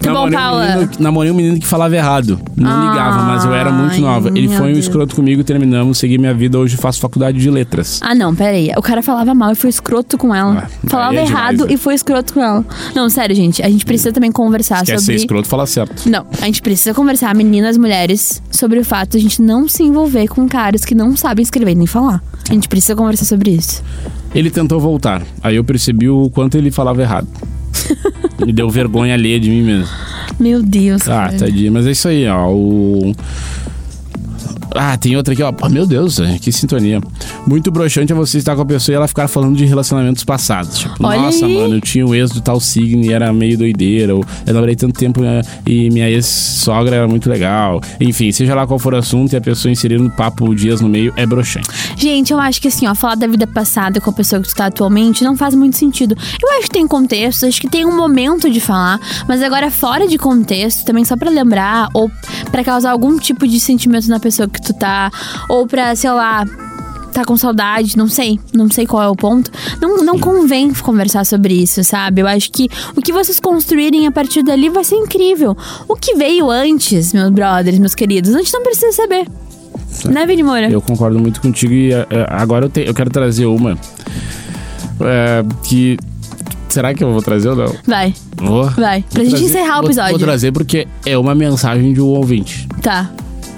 Speaker 2: Tá bom,
Speaker 3: Namorei um
Speaker 2: Paula.
Speaker 3: menino- namorei um menino que falava errado. Não
Speaker 2: Ai,
Speaker 3: ligava, mas eu era muito nova. Ele
Speaker 2: meu
Speaker 3: foi um
Speaker 2: Deus.
Speaker 3: escroto comigo, terminamos, segui minha vida, hoje faço faculdade de letras.
Speaker 2: Ah, não, peraí. O cara falava mal e foi escroto com ela.
Speaker 3: Ah,
Speaker 2: falava
Speaker 3: aí é demais,
Speaker 2: errado
Speaker 3: né?
Speaker 2: e foi escroto com ela. Não, sério, gente. A gente precisa também conversar
Speaker 3: Quer ser
Speaker 2: sobre.
Speaker 3: escroto, fala certo.
Speaker 2: Não, a gente precisa conversar, meninas, mulheres, sobre o fato de a gente não se envolver com caras que não sabem escrever nem falar. A gente precisa conversar sobre isso.
Speaker 3: Ele tentou voltar. Aí eu percebi o quanto ele falava errado. Me deu vergonha alheia de mim mesmo.
Speaker 2: Meu Deus.
Speaker 3: Ah,
Speaker 2: cara.
Speaker 3: tadinho. Mas é isso aí, ó. O... Ah, tem outra aqui, ó. Ah, meu Deus, que sintonia. Muito broxante é você estar com a pessoa e ela ficar falando de relacionamentos passados. Tipo,
Speaker 2: Olha
Speaker 3: nossa,
Speaker 2: aí.
Speaker 3: mano, eu tinha o ex do tal signo e era meio doideira. Ou eu namorei tanto tempo né, e minha ex-sogra era muito legal. Enfim, seja lá qual for o assunto e a pessoa inserindo papo dias no meio é broxante.
Speaker 2: Gente, eu acho que assim, ó, falar da vida passada com a pessoa que tu tá atualmente não faz muito sentido. Eu acho que tem contexto, acho que tem um momento de falar, mas agora fora de contexto, também só pra lembrar ou pra causar algum tipo de sentimento na pessoa que tu tá, ou pra, sei lá, tá com saudade, não sei, não sei qual é o ponto. Não, não convém conversar sobre isso, sabe? Eu acho que o que vocês construírem a partir dali vai ser incrível. O que veio antes, meus brothers, meus queridos, a gente não precisa saber. Né, Vini Moura?
Speaker 3: Eu concordo muito contigo e é, é, agora eu, te- eu quero trazer uma é, que. Será que eu vou trazer ou não?
Speaker 2: Vai.
Speaker 3: Vou.
Speaker 2: Vai, pra
Speaker 3: Vou
Speaker 2: gente encerrar o
Speaker 3: vou-
Speaker 2: episódio.
Speaker 3: Vou trazer porque é uma mensagem de um ouvinte.
Speaker 2: Tá.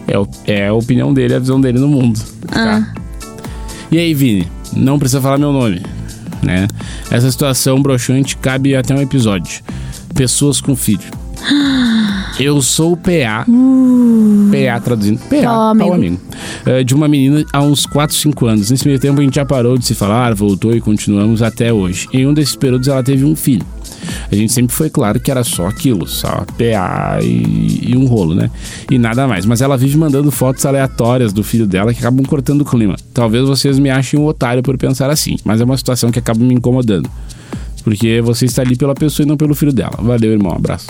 Speaker 3: É, o- é a opinião dele, a visão dele no mundo. Tá?
Speaker 2: Ah.
Speaker 3: E aí, Vini? Não precisa falar meu nome, né? Essa situação broxante cabe até um episódio. Pessoas com filho. Eu sou o PA. PA traduzindo. PA,
Speaker 2: Pau
Speaker 3: pau
Speaker 2: amigo.
Speaker 3: amigo. É, de uma menina há uns 4, 5 anos. Nesse meio tempo a gente já parou de se falar, voltou e continuamos até hoje. Em um desses períodos ela teve um filho. A gente sempre foi claro que era só aquilo, só PA e, e um rolo, né? E nada mais. Mas ela vive mandando fotos aleatórias do filho dela que acabam cortando o clima. Talvez vocês me achem um otário por pensar assim, mas é uma situação que acaba me incomodando. Porque você está ali pela pessoa e não pelo filho dela. Valeu, irmão. Um abraço.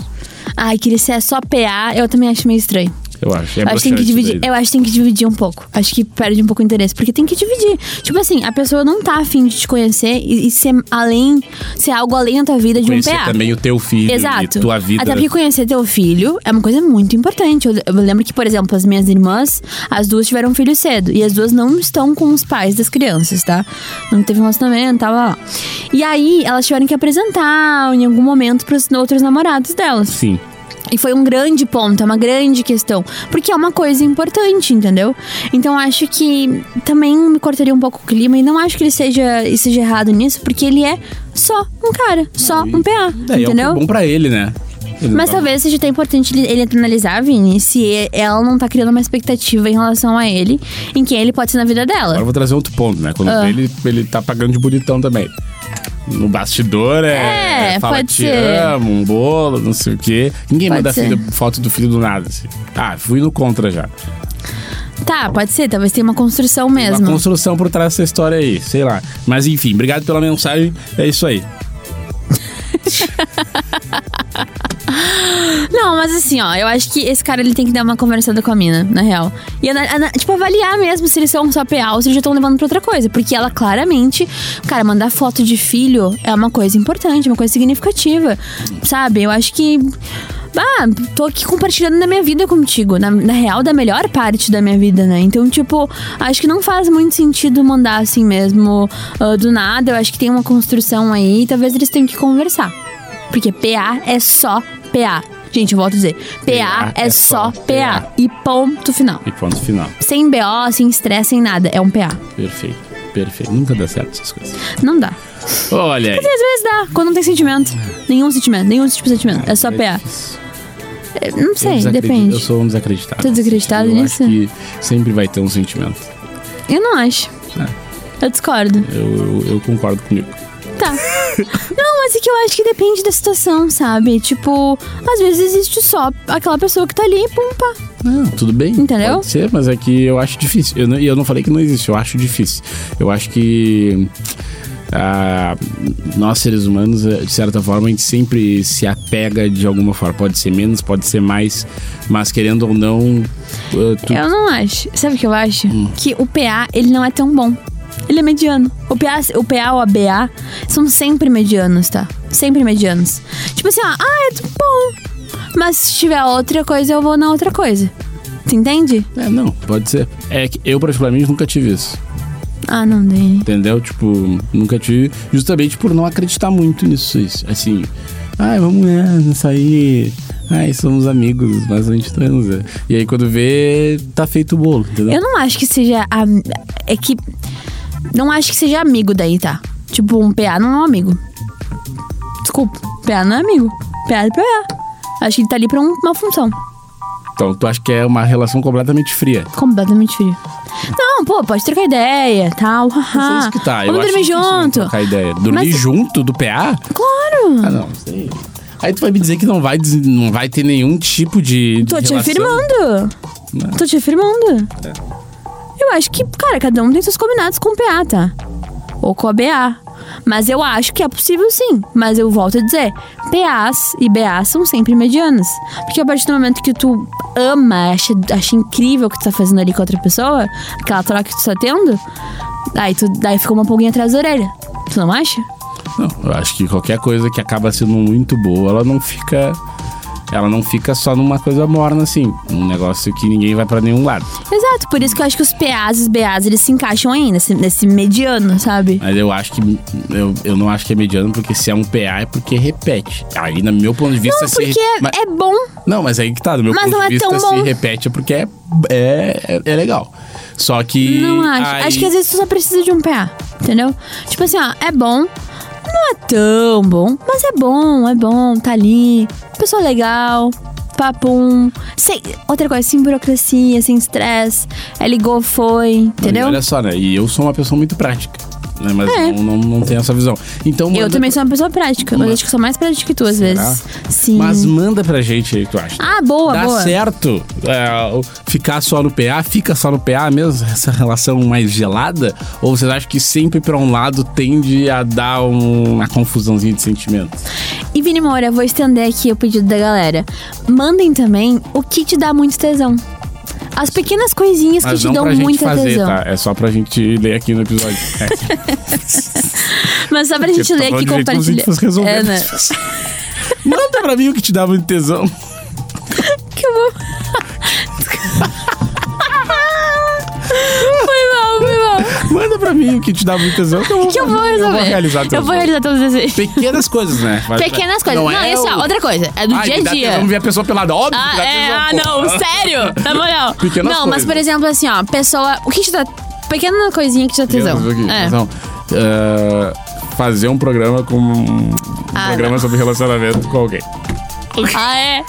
Speaker 2: Ai, queria ser só PA, eu também acho meio estranho.
Speaker 3: Eu acho. É
Speaker 2: eu, acho que tem que
Speaker 3: broxante
Speaker 2: dividir,
Speaker 3: daí.
Speaker 2: eu acho que tem que dividir um pouco. Acho que perde um pouco o interesse, porque tem que dividir. Tipo assim, a pessoa não tá afim de te conhecer e, e ser além, ser algo além da tua vida de
Speaker 3: Conhecer
Speaker 2: um PA.
Speaker 3: também o teu filho
Speaker 2: Exato.
Speaker 3: e tua vida.
Speaker 2: Até porque conhecer teu filho é uma coisa muito importante. Eu, eu lembro que, por exemplo, as minhas irmãs, as duas tiveram filho cedo. E as duas não estão com os pais das crianças, tá? Não teve um relacionamento, tava lá. E aí, elas tiveram que apresentar em algum momento pros outros namorados delas.
Speaker 3: Sim.
Speaker 2: E foi um grande ponto, é uma grande questão. Porque é uma coisa importante, entendeu? Então acho que também me cortaria um pouco o clima. E não acho que ele seja, seja errado nisso, porque ele é só um cara, só um PA.
Speaker 3: Daí
Speaker 2: entendeu?
Speaker 3: é bom pra ele, né? Ele
Speaker 2: Mas
Speaker 3: tá-
Speaker 2: talvez seja até importante ele, ele analisar, Vini, se e- ela não tá criando uma expectativa em relação a ele, em quem ele pode ser na vida
Speaker 3: Agora eu
Speaker 2: dela.
Speaker 3: vou trazer outro ponto, né? Quando
Speaker 2: Ah.
Speaker 3: vê, ele, ele tá pagando de bonitão também. No bastidor é.
Speaker 2: É,
Speaker 3: fala
Speaker 2: pode
Speaker 3: te
Speaker 2: ser.
Speaker 3: amo, um bolo, não sei o quê. Ninguém
Speaker 2: Pode
Speaker 3: manda
Speaker 2: ser.
Speaker 3: filho- foto do filho do nada. Assim. Ah, fui no contra já.
Speaker 2: Tá, pode ser, talvez tenha uma construção mesmo.
Speaker 3: Uma construção por trás dessa história aí, sei lá. Mas enfim, obrigado pela mensagem. É isso aí.
Speaker 2: Não, mas assim, ó, eu acho que esse cara ele tem que dar uma conversada com a mina, na real. E, ana- ana- tipo, avaliar mesmo se eles são só PA ou se eles já estão levando pra outra coisa. Porque ela claramente, cara, mandar foto de filho é uma coisa importante, uma coisa significativa, sabe? Eu acho que. Ah, tô aqui compartilhando da minha vida contigo. Na, na real, da melhor parte da minha vida, né? Então, tipo, acho que não faz muito sentido mandar assim mesmo ah, do nada. Eu acho que tem uma construção aí. Talvez eles tenham que conversar. Porque PA é só PA. Gente, eu volto a dizer. PA é, só PA. E ponto final.
Speaker 3: E ponto final.
Speaker 2: Sem BO, sem estresse, sem nada. É um PA.
Speaker 3: Perfeito, perfeito. Nunca dá certo essas coisas.
Speaker 2: Não dá.
Speaker 3: Olha aí.
Speaker 2: Às vezes dá, quando não tem sentimento. Nenhum sentimento, nenhum tipo de sentimento. É só PA.
Speaker 3: difícil.
Speaker 2: É, Não
Speaker 3: Eu
Speaker 2: sei,
Speaker 3: desacredito,
Speaker 2: depende.
Speaker 3: Eu sou um desacreditado.
Speaker 2: Tá desacreditado
Speaker 3: Eu
Speaker 2: nisso?
Speaker 3: acho que sempre vai ter um sentimento.
Speaker 2: Eu não acho. Eu discordo.
Speaker 3: Eu, eu, eu concordo comigo.
Speaker 2: Tá. Não, mas é que eu acho que depende da situação, sabe? Tipo, às vezes existe só aquela pessoa que tá ali e pum, pá.
Speaker 3: Não, tudo bem.
Speaker 2: Entendeu?
Speaker 3: Pode ser, mas é que eu acho difícil. Eu não- E eu, não falei que não existe, eu acho difícil. Eu acho que. ah, nós seres humanos, eh, de certa forma, a gente sempre se apega de alguma forma. Pode ser menos, pode ser mais, mas querendo ou não, eh, tu-
Speaker 2: Eu não acho. Sabe o que eu acho? Que o PA, ele não é tão bom. Ele é mediano. O PA, o PA ou a BA são sempre medianos, tá? Sempre medianos. Tipo assim, ó, ah, é tudo bom. Mas se tiver outra coisa, eu vou na outra coisa. Tu entende?
Speaker 3: é, não, pode ser. É que eu, particularmente, nunca tive isso.
Speaker 2: Ah, não, Dani.
Speaker 3: Entendeu? Tipo, nunca tive. Justamente por não acreditar muito nisso. isso. Assim, ai, vamos né, sair. Ai, somos amigos, mas a gente transa. E aí quando vê, tá feito o bolo, entendeu?
Speaker 2: Eu não acho que seja. am- É que. Não acho que seja amigo daí, tá? Tipo, um PA não é um amigo. Desculpa, PA não é amigo. PA é PA. Acho que ele tá ali pra um- uma função.
Speaker 3: Então, tu acha que é uma relação completamente fria.
Speaker 2: Tá Completamente frio. Não, pô, pode trocar ideia, tal.
Speaker 3: É
Speaker 2: haha.
Speaker 3: isso que tá.
Speaker 2: Ah, Vamos
Speaker 3: eu
Speaker 2: dormir
Speaker 3: acho difícil
Speaker 2: junto.
Speaker 3: trocar ideia. Dormir
Speaker 2: Mas-
Speaker 3: junto do PA?
Speaker 2: Claro.
Speaker 3: Ah, não. isso aí- Aí tu vai me dizer que não vai, des- não vai ter nenhum tipo de. de
Speaker 2: Tô te
Speaker 3: relação.
Speaker 2: afirmando.
Speaker 3: Não.
Speaker 2: Tô te afirmando. Eu acho que, cara, cada um tem seus combinados com o PA, tá? Ou com a BA. Mas eu acho que é possível sim. Mas eu volto a dizer: PAs e BAs são sempre medianas. Porque a partir do momento que tu ama, acha, acha incrível o que tu tá fazendo ali com a outra pessoa, aquela troca que tu tá tendo, aí, tu, daí ficou uma pulguinha atrás da orelha. Tu não acha?
Speaker 3: Não, eu acho que qualquer coisa que acaba sendo muito boa, ela não fica. Ela não fica só numa coisa morna, assim. Um negócio que ninguém vai pra nenhum lado.
Speaker 2: Exato, por isso que eu acho que os PAs e os BAs eles se encaixam aí nesse, nesse mediano, sabe?
Speaker 3: Mas eu acho que. Eu, eu não acho que é mediano, porque se é um PA é porque repete. Aí, no meu ponto de vista,
Speaker 2: Não,
Speaker 3: se
Speaker 2: porque
Speaker 3: re-
Speaker 2: é,
Speaker 3: Mas-
Speaker 2: é bom.
Speaker 3: Não, mas aí que tá, do meu
Speaker 2: Mas
Speaker 3: ponto
Speaker 2: não
Speaker 3: de
Speaker 2: é
Speaker 3: vista,
Speaker 2: tão
Speaker 3: se
Speaker 2: bom.
Speaker 3: repete é porque é, é, é legal. Só que.
Speaker 2: Não acho.
Speaker 3: aí-
Speaker 2: Acho que às vezes tu só precisa de um PA, entendeu? Tipo assim, ó, é bom. Não é tão bom, mas é bom, é bom, tá ali. Pessoa legal, papum. Sem, outra coisa, sem burocracia, sem estresse. É ligou, foi, entendeu?
Speaker 3: E olha só, né? E eu sou uma pessoa muito prática. Né? Mas
Speaker 2: É.
Speaker 3: não, não, não tenho essa visão. Então,
Speaker 2: eu também sou uma pessoa prática, mas
Speaker 3: Mas-
Speaker 2: acho que sou mais prática que tu às
Speaker 3: Será?
Speaker 2: vezes. Sim.
Speaker 3: Mas manda pra gente aí, o que tu acha?
Speaker 2: Ah, boa,
Speaker 3: Dá
Speaker 2: boa.
Speaker 3: certo é, o- ficar só no PA? Fica só no PA mesmo? Essa relação mais gelada? Ou vocês acham que sempre pra um lado tende a dar um- uma confusãozinha de sentimentos?
Speaker 2: E Vini Moura, vou estender aqui o pedido da galera. Mandem também o que te dá muito tesão. As pequenas coisinhas
Speaker 3: Mas
Speaker 2: que
Speaker 3: não
Speaker 2: te dão
Speaker 3: pra gente
Speaker 2: muita
Speaker 3: fazer,
Speaker 2: tesão.
Speaker 3: tá? É só pra gente ler aqui no episódio. É,
Speaker 2: Mas só pra gente
Speaker 3: porque
Speaker 2: ler
Speaker 3: tá
Speaker 2: aqui e
Speaker 3: falando de jeito como se
Speaker 2: compartilhar.
Speaker 3: a gente fosse resolver
Speaker 2: É, né?
Speaker 3: isso. Manda pra mim o que te dá muito tesão.
Speaker 2: Que eu vou. foi mal, foi mal.
Speaker 3: Manda pra mim o que te dá muito tesão. Que eu
Speaker 2: Que eu vou resolver.
Speaker 3: Eu vou realizar teus
Speaker 2: Eu vou
Speaker 3: desejos.
Speaker 2: realizar todos os desejos.
Speaker 3: Pequenas coisas, né? Mas-
Speaker 2: Pequenas coisas. Não, é só,
Speaker 3: o-
Speaker 2: outra coisa. É do
Speaker 3: Ai,
Speaker 2: dia
Speaker 3: me
Speaker 2: a
Speaker 3: dá tesão,
Speaker 2: dia.
Speaker 3: Vamos ver a pessoa pelada. Óbvio que
Speaker 2: Ah,
Speaker 3: dá
Speaker 2: é,
Speaker 3: tesão,
Speaker 2: ah,
Speaker 3: pô.
Speaker 2: não, sério? Na moral.
Speaker 3: Pequenas
Speaker 2: não, mas
Speaker 3: coisas.
Speaker 2: por exemplo, assim, ó, pessoa. O que te dá. Pequena coisinha que te dá tesão.
Speaker 3: Crianças aqui,
Speaker 2: É.
Speaker 3: tesão. Ah, fazer um programa com um
Speaker 2: Ah,
Speaker 3: programa
Speaker 2: não.
Speaker 3: sobre relacionamento com alguém.
Speaker 2: Ah, é?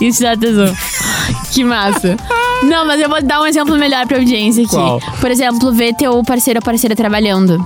Speaker 2: Isso dá tesão. Que massa. Não, mas eu vou dar um exemplo melhor pra audiência aqui.
Speaker 3: Qual?
Speaker 2: Por exemplo, ver teu parceiro ou parceira trabalhando.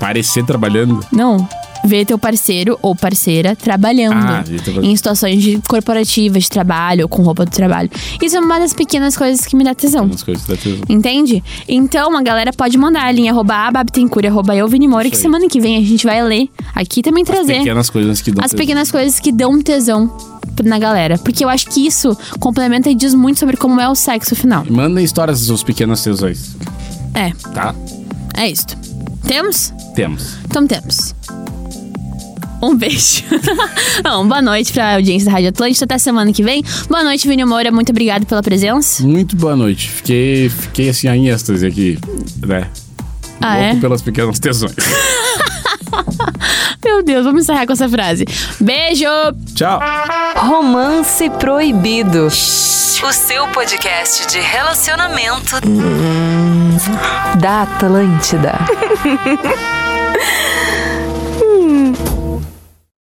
Speaker 3: Parecer trabalhando.
Speaker 2: Não. Ver teu parceiro ou parceira trabalhando
Speaker 3: Ah, ver teu parceiro.
Speaker 2: em situações de corporativas de trabalho ou com roupa do trabalho. Isso é uma das pequenas coisas que me dá tesão.
Speaker 3: Umas coisas da tesão.
Speaker 2: Entende? Então a galera pode mandar ali, arroba ababtencure, arroba eu, Vini Moura, que
Speaker 3: aí.
Speaker 2: semana que vem a gente vai ler aqui e também trazer
Speaker 3: Pequenas coisas que dão
Speaker 2: É. as
Speaker 3: tesão.
Speaker 2: pequenas coisas que dão um tesão na galera. Porque eu acho que isso complementa e diz muito sobre como é o sexo final.
Speaker 3: Mandem histórias dos seus pequenos tesões,
Speaker 2: É,
Speaker 3: tá?
Speaker 2: é isto. Temos?
Speaker 3: Temos.
Speaker 2: Então temos. Um beijo. Não, boa noite pra audiência da Rádio Atlântica. Até semana que vem. Boa noite, Vini Moura. Muito obrigado pela presença.
Speaker 3: Muito boa noite. Fiquei, fiquei assim, em êxtase aqui, né?
Speaker 2: Ah,
Speaker 3: Louco
Speaker 2: é?
Speaker 3: pelas pequenas tesões.
Speaker 2: Meu Deus, vamos encerrar com essa frase. Beijo!
Speaker 3: Tchau.
Speaker 1: Romance Proibido. O seu podcast de relacionamento da Atlântida.